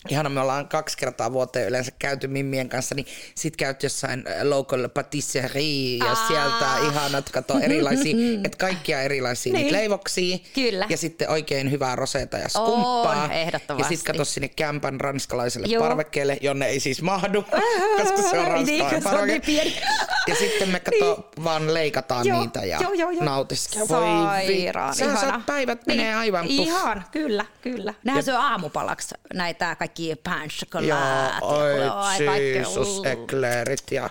ihana me ollaan kaksi kertaa vuoteen yleensä käyty Mimmien kanssa, niin sit käyt jossain äh, local patisserie ja
Aa.
sieltä ihanat kato erilaisia, että kaikkia erilaisia niin.
Niin.
niitä leivoksia.
Kyllä.
Ja sitten oikein hyvää roseta ja skumppaa.
On, ehdottomasti.
Ja sit kato sinne kämpän ranskalaiselle
Joo.
parvekkeelle, jonne ei siis mahdu, koska se on
Niin,
ranskalainen
kun se on
parveke.
niin pieni. Niin.
Ja sitten me kato vaan leikataan
Joo,
niitä ja
joo, joo, joo.
nautiskellaan.
Sairaan,
Sä
ihana.
saat päivät
Niin,
menee aivan puff.
Ihan, kyllä, kyllä. Nehän syö aamupalaksi näitä kaikki pan chocolat ja
Joo,
oi,
oi
kaikkea.
Jeesus,
Mm.
ekleerit ja...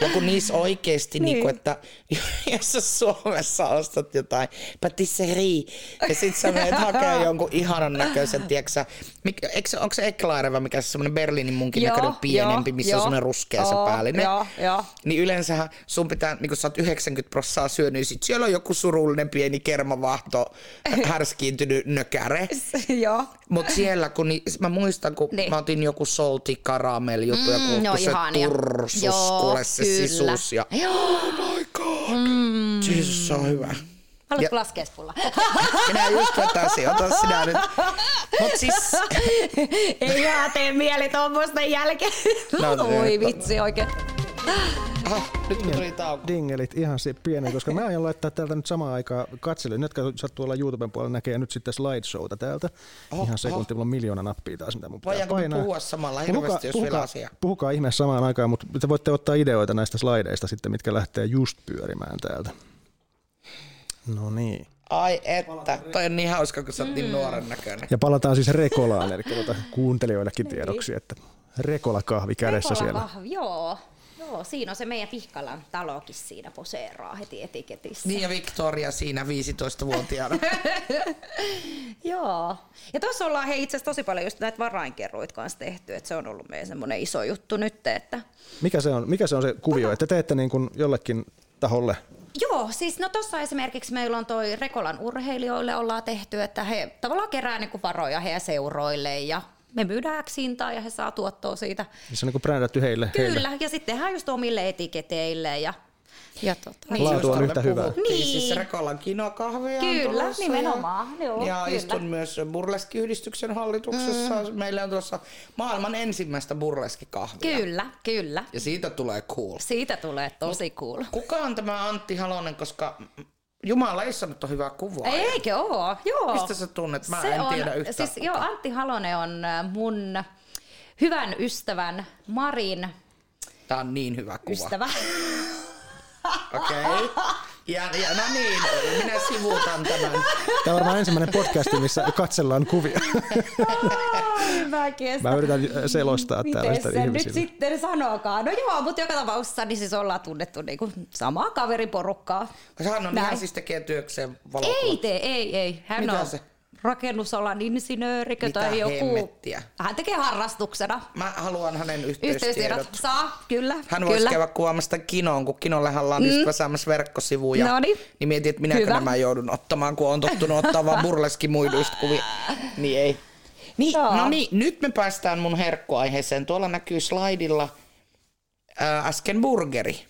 ja kun niissä oikeesti, niin. niin kuin, että jos sä Suomessa ostat jotain patisserie, ja sit sä menet hakemaan jonkun ihanan näköisen, tiiäksä, mikä, eikö, se- onko se eklaire vai mikä se semmoinen Berliinin munkin
Joo,
näköinen pienempi,
joo,
missä on
joo.
semmoinen ruskea se
Oo,
päällinen.
joo, joo.
Niin yleensähän sun pitää, niin kun sä oot 90 prossaa syönyt, niin sit siellä on joku surullinen pieni kermavahto, härskiintynyt nökäre.
Joo.
Mutta siellä, kun ni, mä muistan, kun niin.
Niin.
mä otin joku solti karamel juttu, mm, joku,
ne
kun
on
se
ihania.
tursus,
Joo,
kuule se
kyllä.
sisus. Ja, oh my god, mm. Jeesus, se on hyvä.
Haluatko
Ja-
laskea spulla?
Minä just vetäisin, ota sinä nyt. Mut siis,
Ei ihan tee mieli tuommoista jälkeen.
No,
No, Voi
niin.
vitsi oikein.
ah, nyt
Niin.
kun tuli tauko.
Dingelit ihan si- pienen, koska mä aion laittaa täältä nyt samaan aikaan katselle. Ne, jotka sattuu olla YouTuben puolella, näkee nyt sitten slideshowta täältä.
Oho,
Oho, ihan
oho.
sekunti, mulla on miljoona nappia taas, mitä mun pitää
Voidaanko me
painaa.
puhua samalla hirveästi, jos vielä
puhukaa,
asiaa?
puhukaa ihmeessä samaan aikaan, mutta te voitte ottaa ideoita näistä slideista sitten, mitkä lähtee just pyörimään täältä. No niin.
Ai että, toi on niin hauska, kun sä oot
Mm.
niin nuoren näköinen.
Ja palataan siis Rekolaan, eli tuota, kuuntelijoillekin tiedoksi, että Rekola-kahvi kädessä
Niin. Rekola
siellä.
Vahvi, joo. Joo, siinä on se meidän Pihkalan talokin siinä poseeraa heti etiketissä.
Niin ja Victoria siinä 15-vuotiaana.
Joo. Ja tuossa ollaan hei itse asiassa tosi paljon just näitä varainkerroit kanssa tehty, että se on ollut meidän semmoinen iso juttu nyt, että
Mikä se on, mikä se, on se kuvio, että te teette niin kuin jollekin taholle
Joo, siis no tuossa esimerkiksi meillä on toi Rekolan urheilijoille ollaan tehty, että he tavallaan kerää niinku varoja heidän seuroille ja me myydään x ja he saa tuottoa siitä.
Se on niin kuin brändätty heille.
Kyllä,
heille.
ja sitten tehdään just omille etiketeille ja, ja tota,
Niin. Laatu on
just
yhtä
alle
hyvää.
puhuttiin,
Niin.
Siis Rekolan kinokahvia on
Kyllä,
tulossa
nimenomaan,
Ja,
joo,
ja
kyllä.
istun myös burleskiyhdistyksen hallituksessa. Mm. Meillä on tuossa maailman ensimmäistä burleskikahvia.
kyllä, kyllä.
Ja siitä tulee cool.
Siitä tulee tosi cool.
Kuka on tämä Antti Halonen, koska Jumala ei saanut on hyvä kuva.
Eikö oo? Joo.
Mistä sä tunnet? Mä en tiedä yhtään
Siis,
kuka.
joo, Antti Halonen on äh, mun hyvän ystävän Marin
Tää on niin hyvä kuva.
ystävä.
Okei. Okay. Ja, ja, no niin, minä sivuutan tämän.
Tämä on varmaan ensimmäinen podcast, missä katsellaan kuvia.
Hyvä kestä.
Mä yritän selostaa
Miten
tällaista
se nyt
ihmisille.
sitten sanokaan? No joo, mutta joka tapauksessa niin siis ollaan tunnettu niinku samaa kaveriporukkaa.
Hän on
Näin.
ihan siis tekee työkseen valokuvat.
Ei tee, ei, ei. Hän
Mitä
on
se?
rakennusalan insinöörikö
Mitä
tai joku.
hemmettiä?
Hän tekee harrastuksena.
Mä haluan hänen
Yhteystiedot
yhteystiedot.
saa, kyllä.
Hän
kyllä.
voisi käydä kuvaamassa tämän kinoon, kun kinollehan ollaan mm. väsäämässä verkkosivuja.
Noniin.
Niin mietin, että minäkö
Hyvä.
nämä joudun ottamaan, kun on tottunut ottaa vaan burleskimuiduista kuvia. Niin ei. Niin,
Joo.
no niin, nyt me päästään mun herkkuaiheeseen. Tuolla näkyy slaidilla ää, äsken burgeri.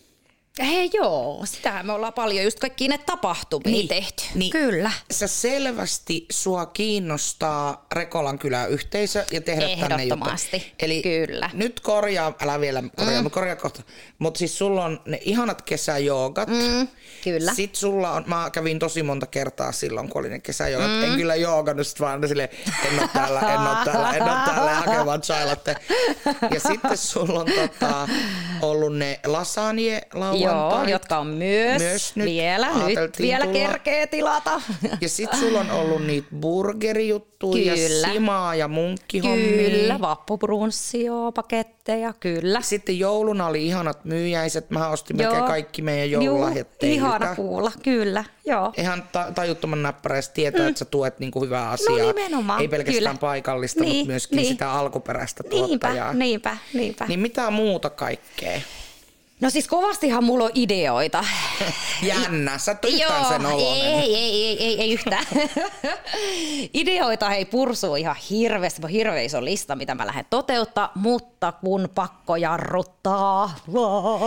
Hei joo, sitähän me ollaan paljon just kaikkiin ne tapahtumiin niin, tehty.
niin.
Kyllä.
Sä selvästi sua kiinnostaa Rekolan kylän yhteisö ja tehdä tänne jotain.
Ehdottomasti,
Eli
kyllä.
nyt korjaa, älä vielä korjaa, mm. korjaa kohta. Mutta siis sulla on ne ihanat kesäjoogat. Mm,
kyllä.
Sitten sulla on, mä kävin tosi monta kertaa silloin, kun oli ne kesäjoogat. Mm. En kyllä joogannut, sit vaan sille en oo täällä, en oo täällä, en oo täällä, hakemaan chailatte. Ja sitten sulla on tota, ollut ne lasagne
Joo,
lauantai.
jotka on myös,
Myös
myös
nyt
nyt vielä, nyt
ajateltiin
vielä
tulla.
kerkee tilata.
Ja sit sulla on ollut niitä burgerijuttuja,
Kyllä.
ja simaa ja munkkihommia.
Kyllä, vappuprunssi, joo, paketteja, kyllä.
Sitten jouluna oli ihanat myyjäiset. Mä ostin
Joo.
melkein kaikki meidän
Juu,
joululahjat teiltä.
Ihana kuulla, kyllä, joo.
Ihan ta- tajuttoman näppärästi tietää, mm. että sä tuet niinku hyvää asiaa.
No nimenomaan,
Ei pelkästään
kyllä.
paikallista, niin,
Niin,
mutta myöskin niin.
niin.
sitä alkuperäistä
Niinpä,
tuottajaa.
niinpä, niinpä.
niin mitä muuta kaikkea?
No siis kovastihan mulla on ideoita.
Jännä, sä et ole yhtään sen oloinen.
ei, ei, ei, ei, ei yhtään. Ideoita hei pursuu ihan hirveästi, Mulla on hirveä iso lista, mitä mä lähden toteuttaa, mutta kun pakko jarruttaa.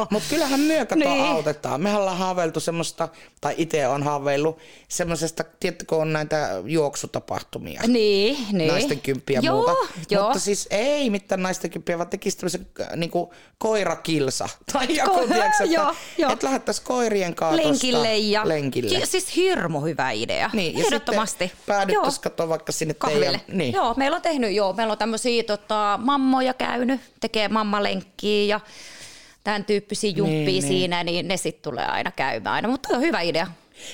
Mutta kyllähän myö kato niin.
Niin.
autetaan. Mehän ollaan haaveiltu semmoista, tai itse on haaveillut semmoisesta, tiedätkö, on näitä juoksutapahtumia.
Niin, niin.
Naisten kymppiä ja
joo,
muuta.
Joo,
Mutta siis ei mitään naisten kymppiä, vaan tekisi tämmöisen äh, niinku, koirakilsa. Tai joku,
Ko-
tiedätkö,
joo,
että,
joo.
että lähdettäisiin koirien kanssa
lenkille
tosta
ja...
lenkille.
Ki- siis hirmu hyvä idea,
Niin, ja
ehdottomasti.
sitten päädyttäisiin kato vaikka sinne
kahville.
teidän... Niin.
Joo, meillä on tehnyt, joo, meillä on tämmöisiä tota, mammoja käynyt, tekee mammalenkkiä ja tämän tyyppisiä jumppia
niin.
niin, siinä, niin ne sitten tulee aina käymään aina. Mutta on hyvä idea.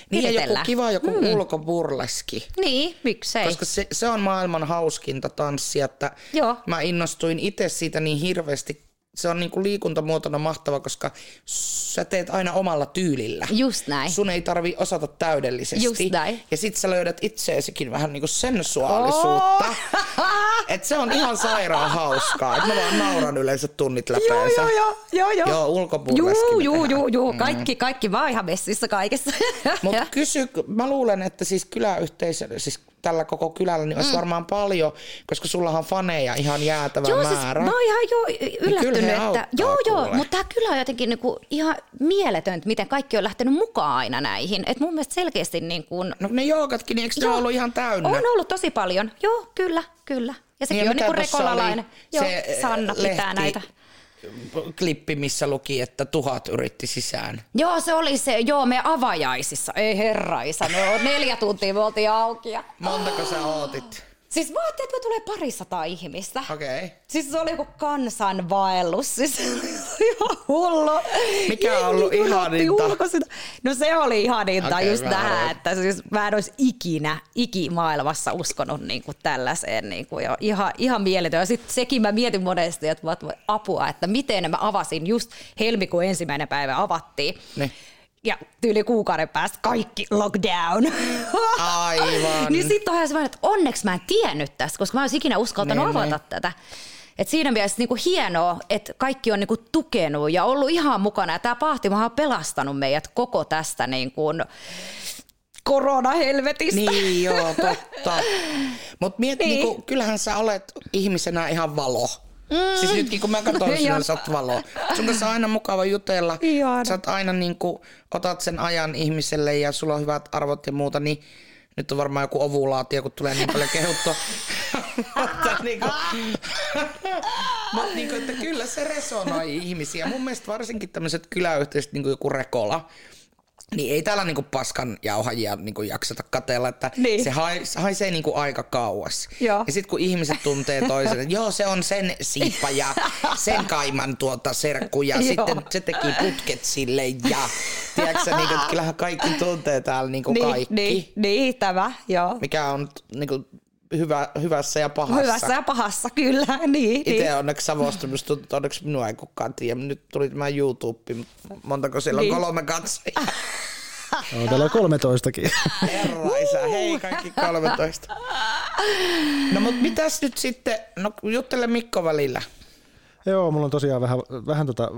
Niin ja joku
Pidetellään.
kiva joku mm. ulkoburleski.
Niin, miksei.
Koska se, se on maailman hauskinta tanssia, että
Joo.
mä innostuin itse siitä niin hirveästi. Se on niinku liikuntamuotona mahtava, koska sä teet aina omalla tyylillä.
Just näin.
Sun ei tarvi osata täydellisesti.
Just näin.
Ja sit sä löydät itseesikin vähän niinku sensuaalisuutta.
Oh!
Et se on ihan sairaan hauskaa. Et mä vaan nauran yleensä tunnit läpeensä.
joo, joo, joo.
Joo, ulkoburleski
Juu,
me
juu,
tehdään. Mm.
juu, juu. Kaikki, kaikki vaan ihan messissä kaikessa.
Mutta kysy, mä luulen, että siis kyläyhteisö, siis tällä koko kylällä, niin olisi mm. varmaan paljon, koska sullahan on faneja ihan jäätävä
Joo, siis
määrä. Niin
mä oon ihan jo yllättynyt,
kyllä he
että
auttaa,
joo,
kuule.
joo, mutta tämä kyllä on jotenkin niinku ihan mieletöntä, miten kaikki on lähtenyt mukaan aina näihin. Et mun mielestä selkeästi niin kuin
No ne joogatkin, niin eikö ne
Joo.
ollut ihan täynnä? Niin
On ollut tosi paljon. Joo, kyllä, kyllä. Ja sekin
ja
on niinku
mitä tossa
rekolalainen.
oli
Joo,
se, eh,
Sanna pitää
lehti-
näitä.
Klippi, missä luki, että tuhat yritti sisään.
Joo, se oli se, joo, me avajaisissa. Ei herra isä, me on neljä tuntia me oltiin auki. Ja...
Montako sä ootit?
Siis mä ajattelin, että me tulee parisata ihmistä.
Okei. Okay.
Siis se oli joku kansanvaellus, siis se oli ihan hullu.
Mikä on
Jengi
ollut
jonotti
ihaninta?
ulkosilta. No se oli ihaninta
Okei,
okay, just
mä
tähän,
arvoin.
että siis mä en olisi ikinä ikimaailmassa uskonut niin kuin tällaiseen. Niin kuin, ja ihan, ihan mieletön. Ja sitten sekin mä mietin monesti, että mä oot- voi apua, että miten mä avasin just helmikuun ensimmäinen päivä avattiin.
Niin.
Ja tyyli kuukauden päästä kaikki lockdown.
Aivan.
niin sitten on ihan semmoinen, että onneksi mä en tiennyt tästä, koska mä en olisi ikinä uskaltanut
Niin,
avata
niin.
tätä. Et siinä mielessä niinku hienoa, että kaikki on niinku tukenut ja ollut ihan mukana. Ja tämä Pahtimahan on pelastanut meidät koko tästä niinku koronahelvetistä.
Niin joo, totta. Mutta mieti, niin.
Niin.
niinku, kyllähän sä olet ihmisenä ihan valo. Mm. Siis nytkin kun mä katson sinua,
Joo.
sä oot valo. Sun kanssa on aina mukava jutella.
Ihana.
Sä oot aina niinku, otat sen ajan ihmiselle ja sulla on hyvät arvot ja muuta, niin nyt on varmaan joku ovulaatio, kun tulee niin paljon kehuttua. Mutta niinku, mut niinku, että kyllä se resonoi ihmisiä. Mun mielestä varsinkin tämmöiset kyläyhteiset, niinku joku Rekola, niin ei täällä niinku paskan jauhajia niinku jakseta katella, että niin.
Niin.
se, hai, se haisee niinku aika kauas.
Joo.
Ja sitten kun ihmiset tuntee toisen, että joo se on sen siippa ja sen kaiman tuota serkku ja
Joo.
sitten se teki putket sille ja tiedätkö niinku, että kyllähän kaikki tuntee täällä niinku niin, kaikki, niin.
niin, niin, tämä, joo.
mikä on niinku hyvä, hyvässä ja pahassa.
Hyvässä ja pahassa, kyllä. Niin, niin.
Itse onneksi Savosta, musta tuntuu, että onneksi minua ei kukaan tiedä. Nyt tuli tämä YouTube, montako siellä on
Niin.
kolme katsojaa.
No, täällä on 13kin.
Herra isä,
Uhuh.
hei kaikki 13. No mut mitäs nyt sitten, no juttele Mikko välillä.
Joo, mulla on tosiaan vähän, vähän tota,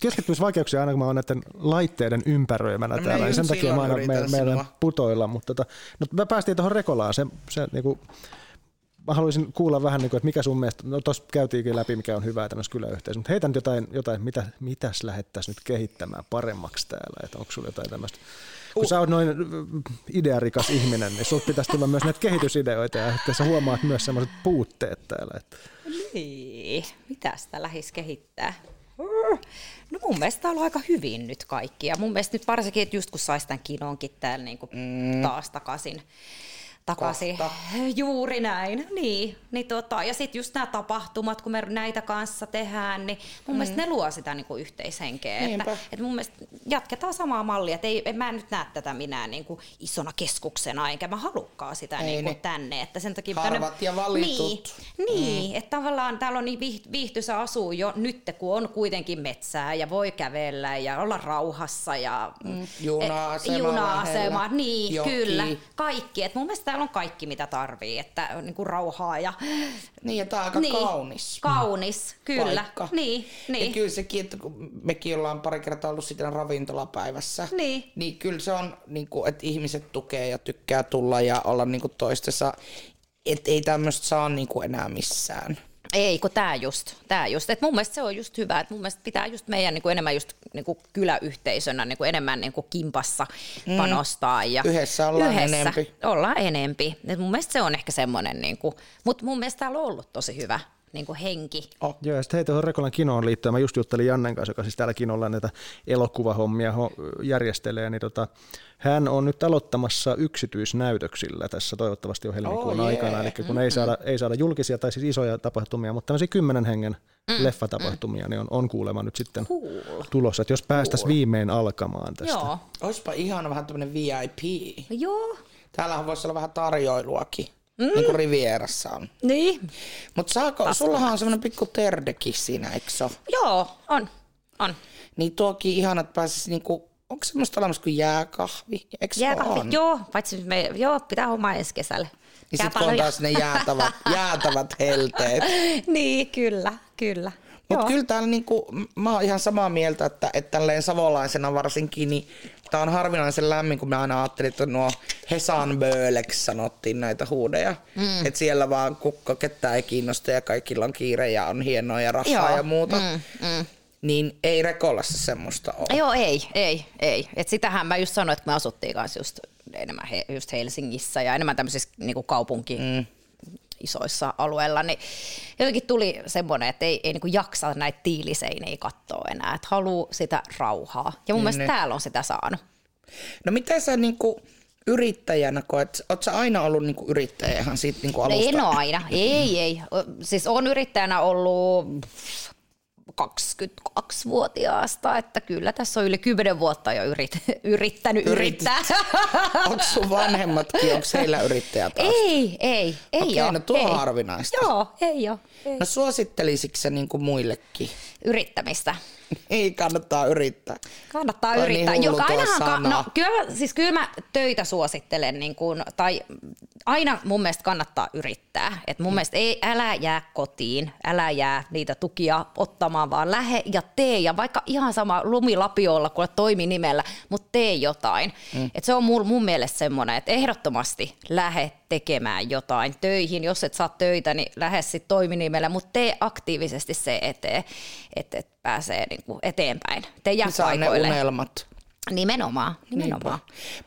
keskittymisvaikeuksia aina, kun mä oon näiden laitteiden ympäröimänä
No
no,
minä
täällä. ja
just
Sen takia
silloin
mä aina
yritän
me, meidän
sinua.
putoilla. Mutta tota, no, me päästiin tuohon Rekolaan. Se, se niinku, mä haluaisin kuulla vähän, niinku, että mikä sun mielestä, no tuossa käytiinkin läpi, mikä on hyvää tämmöisessä kyläyhteisössä, mutta heitä nyt jotain, jotain mitä, mitäs lähettäisiin nyt kehittämään paremmaksi täällä, että onko sulla jotain tämmöistä. Kun
Uh.
sä oot noin mm, idearikas ihminen, niin sulla pitäisi tulla myös näitä kehitysideoita ja että sä huomaat myös semmoiset puutteet täällä. Että.
Niin, mitä sitä lähis kehittää? No mun mielestä täällä on aika hyvin nyt kaikki. Ja mun mielestä nyt varsinkin, että just kun saisi tämän kinonkin täällä niin kuin taas takaisin. takaisin.
Mm. Kohta.
Juuri näin. Niin. niin tota, ja sitten just nämä tapahtumat, kun me näitä kanssa tehdään, niin mun mm. mielestä ne luo sitä niinku yhteishenkeä.
Niinpä.
Että, et mun mielestä jatketaan samaa mallia. Et ei, en mä nyt näe tätä minä niinku isona keskuksena, enkä mä halukkaan sitä
Ei
niinku
niin.
tänne. Että sen takia
Harvat ja valitut. Mm.
Niin, niin, että tavallaan täällä on niin viih- viihtyisä asuu jo nyt, kun on kuitenkin metsää ja voi kävellä ja olla rauhassa ja mm,
Juna-asema
et- juna-asema,
lähellä.
niin
Joki.
Joki. kyllä, kaikki. Et mun mielestä täällä on kaikki mitä tarvii, että on niinku rauhaa ja
Niin ja tää on aika niin.
niin,
kaunis.
Kaunis, kyllä.
Paikka.
Niin,
Ja
niin.
kyllä sekin, että kun mekin ollaan pari kertaa ollut sitten ravintolapäivässä,
Niin.
niin kyllä se on, niin kuin, että ihmiset tukee ja tykkää tulla ja olla niin kuin toistensa. Että ei tämmöistä saa niin kuin enää missään.
Ei, kun tämä just. Tää just. Et mun mielestä se on just hyvä. Et mun mielestä pitää just meidän niinku enemmän just niinku kyläyhteisönä niinku enemmän niinku kimpassa panostaa. Ja
Mm. Yhdessä ollaan enempi.
Ollaan enempi. Et mun mielestä se on ehkä semmoinen, niinku, mutta mun mielestä täällä on ollut tosi hyvä niinku henki.
Joo, ja sitten hei tuohon Rekolan kinoon liittyen, mä just juttelin Jannen kanssa, joka siis täällä kinolla näitä elokuvahommia ho- järjestelee, niin tota, hän on nyt aloittamassa yksityisnäytöksillä tässä toivottavasti jo helmikuun
Oh,
oh,
jee.
aikana, eli kun ei saada, ei saada julkisia tai siis isoja tapahtumia, mutta tämmöisiä kymmenen hengen leffatapahtumia, niin on, on kuulemma nyt sitten
Mm. Cool.
tulossa, että jos päästäisiin viimein alkamaan tästä.
Joo.
Oispa ihana vähän tämmönen VIP.
Joo.
Täällähän voisi olla vähän tarjoiluakin, mm. niin kuin Rivierassa on.
Niin.
Mutta saako, sullahan on semmoinen pikku terdekin siinä, eikö se ole?
Joo, on. On.
Niin tuokin ihana, että pääsis niinku, onko semmoista olemassa kuin jääkahvi? Eikö se
Jääkahvi,
on?
joo, paitsi me, joo, pitää hommaa ensi kesällä.
Niin sit kun on
Jääpalloja.
taas ne jäätävät, jäätävät helteet.
niin, kyllä, kyllä.
Mutta
Joo.
kyllä täällä niinku, m- mä oon ihan samaa mieltä, että, että tälleen savolaisena varsinkin, niin tää on harvinaisen lämmin, kun mä aina ajattelin, että nuo Hesan Böleksi sanottiin näitä huudeja. Mm. Että siellä vaan kukka ketään ei kiinnosta ja kaikilla on kiire ja on hienoa ja rahaa
Joo.
ja muuta. Mm.
Mm, mm.
Niin ei Rekolassa semmoista ole.
Joo, ei, ei, ei. Et sitähän mä just sanoin, että me asuttiin kanssa just enemmän he, just Helsingissä ja enemmän tämmöisissä niinku kaupunki mm. isoissa alueilla, niin jotenkin tuli semmoinen, että ei, ei niinku jaksa näitä tiiliseiniä katsoa enää, että haluaa sitä rauhaa. Ja mun mielestä
ne-
täällä on sitä saanut.
No mitä sä niinku yrittäjänä koet? Oot sä aina ollut niinku yrittäjä ihan siitä niinku
No
alusta?
en ole aina, ei, ei. O- Siis on yrittäjänä ollut pff, 22-vuotiaasta, että kyllä tässä on yli 10 vuotta jo yrit, yrittänyt
Yrit-
yrittää.
Onko sun vanhemmatkin, onko heillä yrittäjät?
ei, ei, ei
Okei,
ole.
no tuo on
ei.
harvinaista.
Joo, ei ole. Ei.
No suosittelisitko se niin kuin muillekin?
Yrittämistä.
Ei kannattaa yrittää.
Kannattaa
Toi on
yrittää.
niin hullu
Joka
tuo
ainahan, ka-
sana.
no, kyllä, mä- siis kyllä mä töitä suosittelen, niin kun, tai aina mun mielestä kannattaa yrittää. Et mun mielestä ei, älä jää kotiin, älä jää niitä tukia ottamaan, vaan lähe ja tee. Ja vaikka ihan sama lumilapiolla, kun toimi nimellä, mutta tee jotain. Et se on mul, mun mielestä semmoinen, että ehdottomasti lähe tekemään jotain töihin. Jos et saa töitä, niin lähde sitten toiminimellä, mutta tee aktiivisesti se eteen, että et pääsee niinku eteenpäin. Tee jää
Saa ne
paikoille.
unelmat.
Nimenomaan, nimenomaan.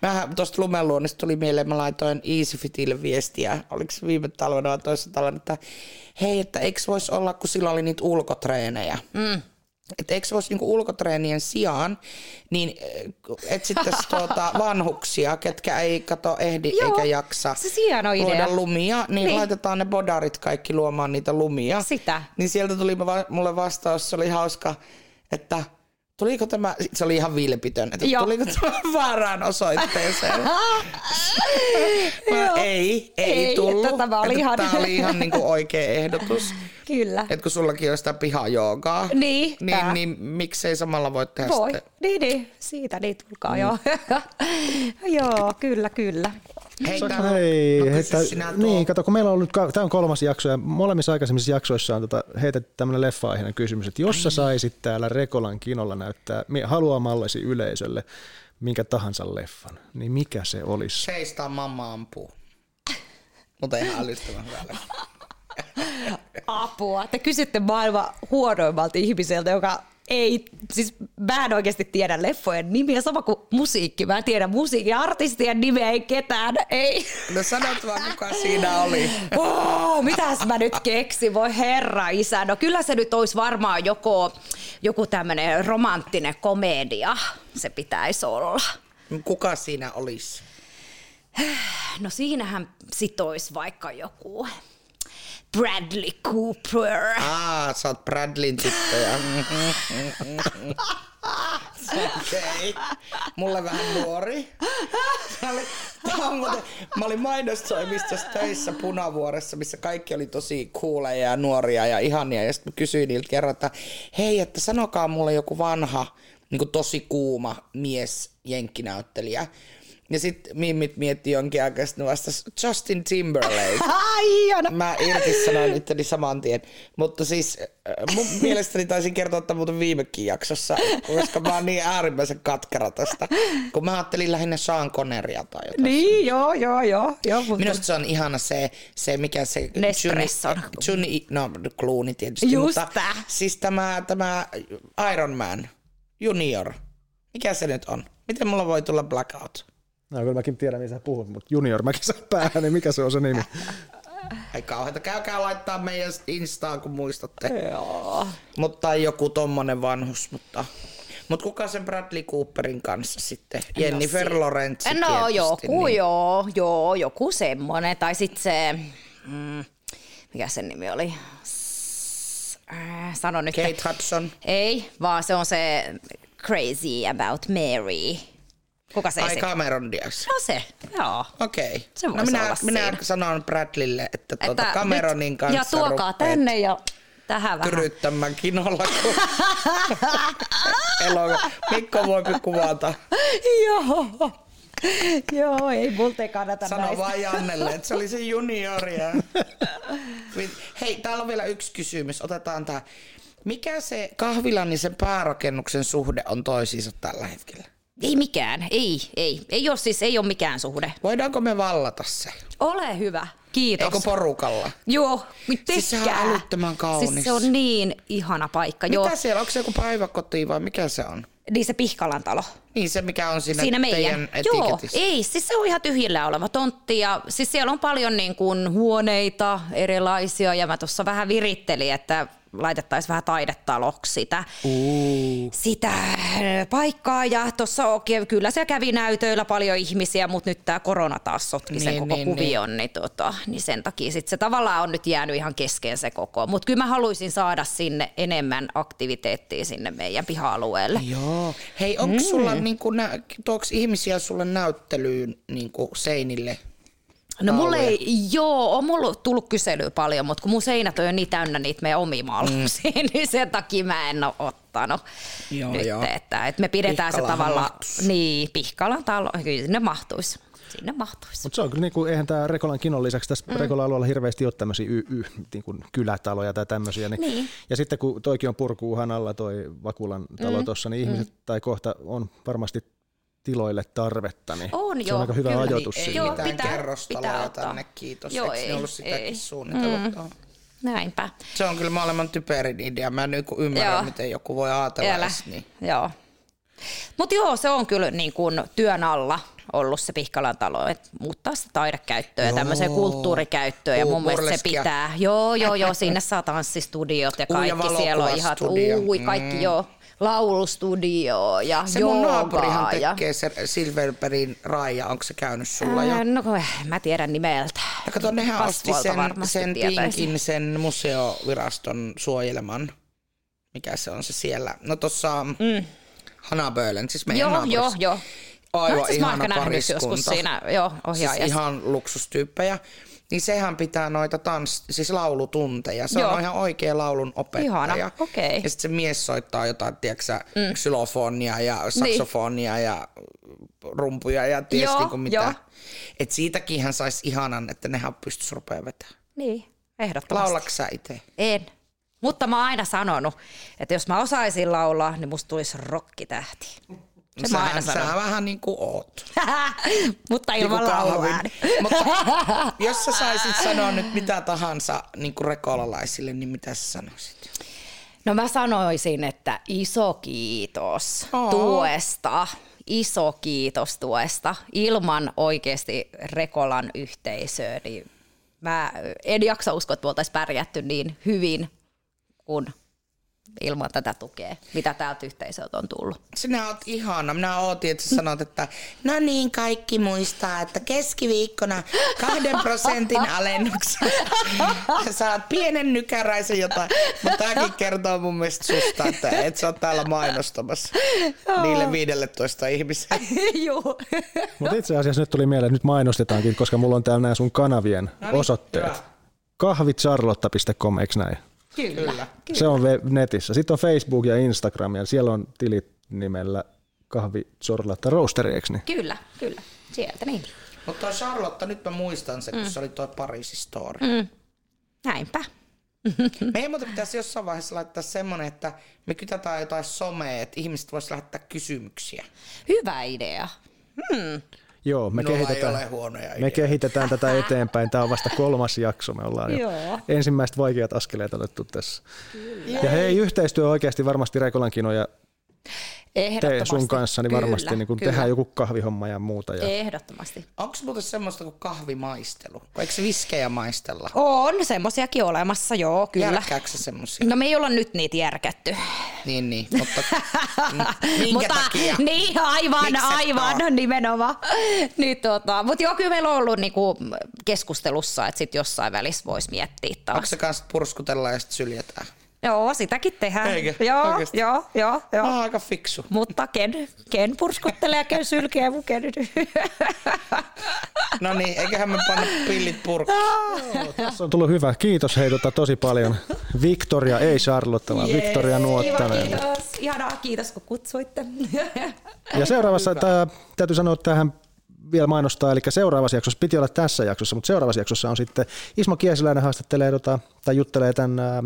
Mähän tuosta lumenluonnista tuli mieleen, mä laitoin EasyFitille viestiä, oliko se viime talvena vai toisessa talvena, että hei, että eikö voisi olla, kun sillä oli niitä ulkotreenejä. Mm. Että eikö voisi niinku ulkotreenien sijaan, niin äh, etsittäisi tuota vanhuksia, ketkä ei kato ehdi
Joo,
eikä jaksa
se hieno idea.
luoda lumia, niin,
Niin.
niin laitetaan ne bodarit kaikki luomaan niitä lumia.
Sitä.
Niin sieltä tuli va- mulle vastaus, se oli hauska, että tuliko tämä, se oli ihan vilpitön, että
Joo.
tuliko tämä väärään osoitteeseen. Mä, ei, ei,
Ei, että
tullut.
tämä oli ihan-
Tämä oli ihan niinku oikea ehdotus.
Kyllä.
Että kun sullakin on sitä pihajoogaa,
Niin, tää.
niin, niin miksei samalla voi tehdä
Voi,
sitä.
niin, niin, siitä niin tulkaa joo. joo, kyllä, kyllä.
Hei,
Saanko-
tää-
Hei,
no,
no,
kysy
heitä,
sinä tuo.
niin, kato, kun meillä on nyt, tämä on kolmas jakso ja molemmissa aikaisemmissa jaksoissa on tota, heitetty tämmöinen leffa kysymys, että jos sä
niin.
saisit täällä Rekolan kinolla näyttää mi- haluamallesi yleisölle minkä tahansa leffan, niin mikä se olisi?
Seistaa mamma ampuu. Mutta ihan älyttömän hyvällä.
Apua. Te kysytte maailman huonoimmalta ihmiseltä, joka ei, siis mä en oikeasti tiedä leffojen nimiä, sama kuin musiikki. Mä en tiedä musiikin artistien nimeä, ei ketään, ei.
No sanot vaan, kuka siinä oli.
Oh, mitäs mä nyt keksin, voi herra isä. No kyllä se nyt olisi varmaan joko, joku tämmöinen romanttinen komedia, se pitäisi olla.
Kuka siinä olisi?
No siinähän sit olisi vaikka joku Bradley Cooper.
Aa, Ah, sä oot Bradlin tyttöjä. Okei. Mulle vähän nuori. Tää oli- tää on muuten- Mä olin mainostoimistossa töissä Punavuoressa, missä kaikki oli tosi kuuleja ja nuoria ja ihania. Ja sitten mä kysyin niiltä kerran, että hei, että sanokaa mulle joku vanha, niin tosi kuuma mies jenkkinäyttelijä. Ja sitten mimmit mietti jonkin aikaa, sitten ne vastas Justin Timberlake.
Ai, hieno.
Mä irtisanoin itteni saman tien. Mutta siis äh, mun mielestäni taisin kertoa tämän muuten viimekin jaksossa, koska mä oon niin äärimmäisen katkera tästä. Kun mä ajattelin lähinnä Sean Conneria tai jotain.
Niin, joo, joo, joo. joo mutta...
Minusta se on ihana se, se mikä se...
Nespresso.
Juni, Juni, no Clooney tietysti.
Just
mutta
tää.
Siis tämä, tämä Iron Man Junior. Mikä se nyt on? Miten mulla voi tulla blackout?
No kyllä mäkin tiedän, mistä sä puhut, mutta junior mäkin saan päähän, niin mikä se on se nimi?
Ai kauheeta, käykää laittaa meidän instaan, kun muistatte. Joo. Mutta joku tommonen vanhus, mutta... Mut kuka sen Bradley Cooperin kanssa sitten? Jennifer Lawrence
No
tietysti,
joku,
niin.
joo, joo, joku semmonen. Tai sitten se, mm, mikä sen nimi oli? S- äh, Sano nyt.
Kate Hudson.
Ei, vaan se on se Crazy About Mary. Kuka se
Ai
esittää?
Cameron Diaz.
No se, joo.
Okei.
Se
No
voisi
minä,
olla
minä
siinä.
sanon Bradleylle, että, että tuota
Että
Cameronin
nyt-
kanssa
Ja tuokaa
rupeat
tänne ja tähän vähän.
Tyryttämään kinolla, kun Elo, Mikko voi kuvata.
Joo. Joo, ei multa kannata
Sano
näistä.
vaan Jannelle, että se oli se junioria. Hei, täällä on vielä yksi kysymys. Otetaan tää. Mikä se kahvilan ja sen päärakennuksen suhde on toisiinsa tällä hetkellä?
Ei mikään, ei, ei. Ei ole siis, ei ole mikään suhde.
Voidaanko me vallata se?
Ole hyvä. Kiitos.
Eikö porukalla?
Joo, tehkää.
Siis sehän on älyttömän kaunis.
Siis se on niin ihana paikka. Joo.
Mitä siellä? Onko se joku päiväkoti vai mikä se on?
Niin se Pihkalan talo.
Niin se, mikä on siinä,
Siinä meidän.
teidän
Joo,
etiketissä.
ei, siis se on ihan tyhjillä oleva tontti ja siis siellä on paljon niin kuin huoneita erilaisia ja mä tuossa vähän virittelin, että laitettaisiin vähän taidetaloksi sitä, sitä paikkaa. Ja tuossa okay, kyllä se kävi näytöillä paljon ihmisiä, mutta nyt tämä korona taas sotki sen
Niin,
koko
niin,
kuvion, niin. Niin, tota, niin sen takia sit se tavallaan on nyt jäänyt ihan kesken se koko. Mutta kyllä mä haluaisin saada sinne enemmän aktiviteettia sinne meidän piha-alueelle.
Joo. Hei, onko mm. sulla, niin kun, tuoks ihmisiä sulle näyttelyyn niin kun seinille?
No mulle ei, joo, on mulla tullut kyselyä paljon, mutta kun mun seinät on jo niin täynnä niitä meidän omia maalauksia, mm. niin sen takia mä en ole ottanut
Joo,
nyt,
joo.
Että, että me pidetään se
Pihkalahan
tavallaan,
mahtuisi.
niin, Pihkalan talo, kyllä sinne mahtuisi, sinne mahtuisi.
Mutta se on kyllä, niin kuin, eihän tämä Rekolan kinon lisäksi tässä mm. Rekolan alueella hirveästi ole tämmöisiä y- y- niin kuin kylätaloja tai tämmöisiä. Niin,
Niin.
Ja sitten kun toikin on purkuuhan alla toi Vakulan talo mm. tuossa, niin ihmiset mm. tai kohta on varmasti tiloille tarvetta. Niin
On
se on
joo,
aika hyvä
kyllä.
ajoitus
Ei
siinä.
Joo,
mitään
pitää-
kerrostaloa
pitää ottaa.
tänne, kiitos.
Joo,
Joo, Eikö ei,
ei,
ne ollut sitäkin
ei.
suunnitellut? Mm.
Näinpä.
Se on kyllä maailman typerin idea. Mä en niinku ymmärrä,
Joo.
miten joku voi ajatella
Älä.
edes niin.
Joo. Mutta joo, se on kyllä niin kuin työn alla ollut se Pihkalan talo, että muuttaa sitä taidekäyttöä ja
Joo.
tämmöiseen kulttuurikäyttöön ja
Uu,
mun mielestä se
burleskia.
pitää. Joo, joo, joo, sinne saa tanssistudiot ja
Uu, ja
kaikki siellä on ihan,
valokuvastudio.
ui, kaikki mm. joo, laulustudio ja
Se mun
joogaa
naapurihan
ja...
tekee se Silverbergin Raija, onko se käynyt sulla jo?
Ää, No kun, mä tiedän nimeltä.
Ja kato, nehän osti
Kasvoilta
sen,
varmasti
sen
tietäisi.
pinkin, sen museoviraston suojeleman. Mikä se on se siellä? No tossa mm. Hanabölen, siis meidän
Joo,
naapurissa.
joo, joo.
Aivan
no, itse asiassa mä oon
ihana
ehkä nähnyt joskus
pariskunta.
siinä joo,
siis
ohjaajassa.
ihan luksustyyppejä. Niin sehän pitää noita tans, siis laulutunteja. Se
Joo.
on ihan oikea laulun opettaja.
Ihana, okei.
Ja sitten se mies soittaa jotain, tiedätkö mm. xylofonia ja saksofonia niin. ja rumpuja ja ties
Joo,
niinku mitä.
joo.
Et siitäkin hän saisi ihanan, että nehän pystyisi rupea vetämään.
Niin, ehdottomasti.
Laulaks sä itse?
En. Mutta mä oon aina sanonut, että jos mä osaisin laulaa, niin musta tulisi rokkitähti. Se mä aina
Sähän, sähän
sanon.
vähän niin kuin oot.
Mutta ilman
Niinku kahvin.
laulua.
Mutta jos sä saisit sanoa nyt mitä tahansa niin kuin rekolalaisille, niin mitä sä sanoisit?
No mä sanoisin, että iso kiitos
Oo.
tuesta. Iso kiitos tuesta. Ilman oikeasti Rekolan yhteisöä, niin mä en jaksa uskoa, että me oltaisiin pärjätty niin hyvin kuin ilman tätä tukea, mitä täältä yhteisöltä on tullut.
Sinä oot ihana. Minä ootin, että sä sanot, että no niin, kaikki muistaa, että keskiviikkona kahden prosentin alennuksen. Ja saat pienen nykäräisen jotain. Mutta tämäkin kertoo mun mielestä susta, että et sä oot täällä mainostamassa niille 15 ihmiselle.
Joo.
Mutta itse asiassa nyt tuli mieleen, että nyt mainostetaankin, koska mulla on täällä nämä sun kanavien
niin,
osoitteet.
hyvä.
Kahvitcharlotta.com, eikö näin?
Kyllä.
Se on web- netissä. Sitten on Facebook ja Instagram ja siellä on tilit nimellä kahvitsorlatta roasteri, eikö niin?
Kyllä, kyllä. Sieltä niin.
Mutta toi Charlotte, nyt mä muistan sen, kun se oli toi Pariisin story. Mm.
Näinpä.
Meidän muuten pitäisi jossain vaiheessa laittaa semmonen, että me kytätään jotain somea, että ihmiset vois lähettää kysymyksiä.
Hyvä idea.
Joo, me
Minulla ei
kehitetään.
ole huonoja
Me
ideoita.
kehitetään tätä eteenpäin. Tämä on vasta kolmas jakso. Me ollaan jo
Joo.
ensimmäiset vaikeat askeleet otettu tässä. Ja hei, yhteistyö oikeasti varmasti Rekolankin ja te
Ehdottomasti.
sun kanssa, niin varmasti
Kyllä,
niin kun
kyllä. Eh.
tehdään joku kahvihomma ja muuta. Ja
Ehdottomasti.
Onko muuten semmoista kuin kahvimaistelu? Vai Eikö se viskejä maistella?
On semmoisiakin olemassa, joo, kyllä.
Järkkääkö se semmosia?
No me ei olla nyt niitä järkätty.
Niin, niin. Mutta Mm, minkä
Mutta,
takia?
Niin, aivan,
Miksi et
aivan,
oo?
nimenomaan. Niin, tota, Mutta joo, kyllä meillä on ollut niinku keskustelussa, että sit jossain välissä voisi miettiä taas.
Onko se kanssa että purskutellaan ja sitten syljetään?
Joo, sitäkin tehdään.
Eikö?
Joo,
Oikeesti?
joo, joo, joo.
Ah, aika fiksu.
Mutta ken, ken purskuttelee ja ken sylkee mun ken.
No niin, eiköhän me panna pillit purkkiin.
Tässä on tullut hyvä. Kiitos hei tota, tosi paljon. Victoria, ei Charlotte, vaan
Jees,
Victoria
Kiva,
Nuottanen.
kiitos. Ihanaa, kiitos kun kutsuitte.
Ja seuraavassa, tää, täytyy sanoa, että tähän vielä mainostaa, eli seuraavassa jaksossa, piti olla tässä jaksossa, mutta seuraavassa jaksossa on sitten Ismo Kiesiläinen haastattelee tota, tai juttelee tämän ää,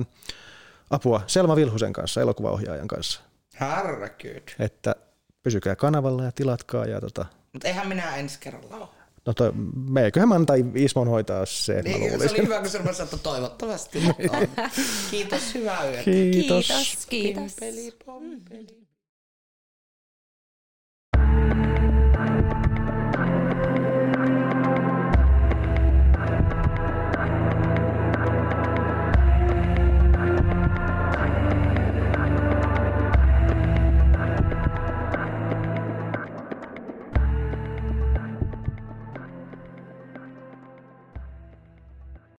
apua Selma Vilhusen kanssa, elokuvaohjaajan kanssa.
Härkyyt.
Että pysykää kanavalla ja tilatkaa ja tota,
Mutta eihän minä ensi kerralla ole.
no toi, meiköhän mä antaa Ismon hoitaa se, mä
Niin, se oli
luulisin.
hyvä, kun sanoin, että toivottavasti nyt on. Kiitos, hyvää yötä.
Kiitos.
kiitos. kiitos.
Peli, pompeli.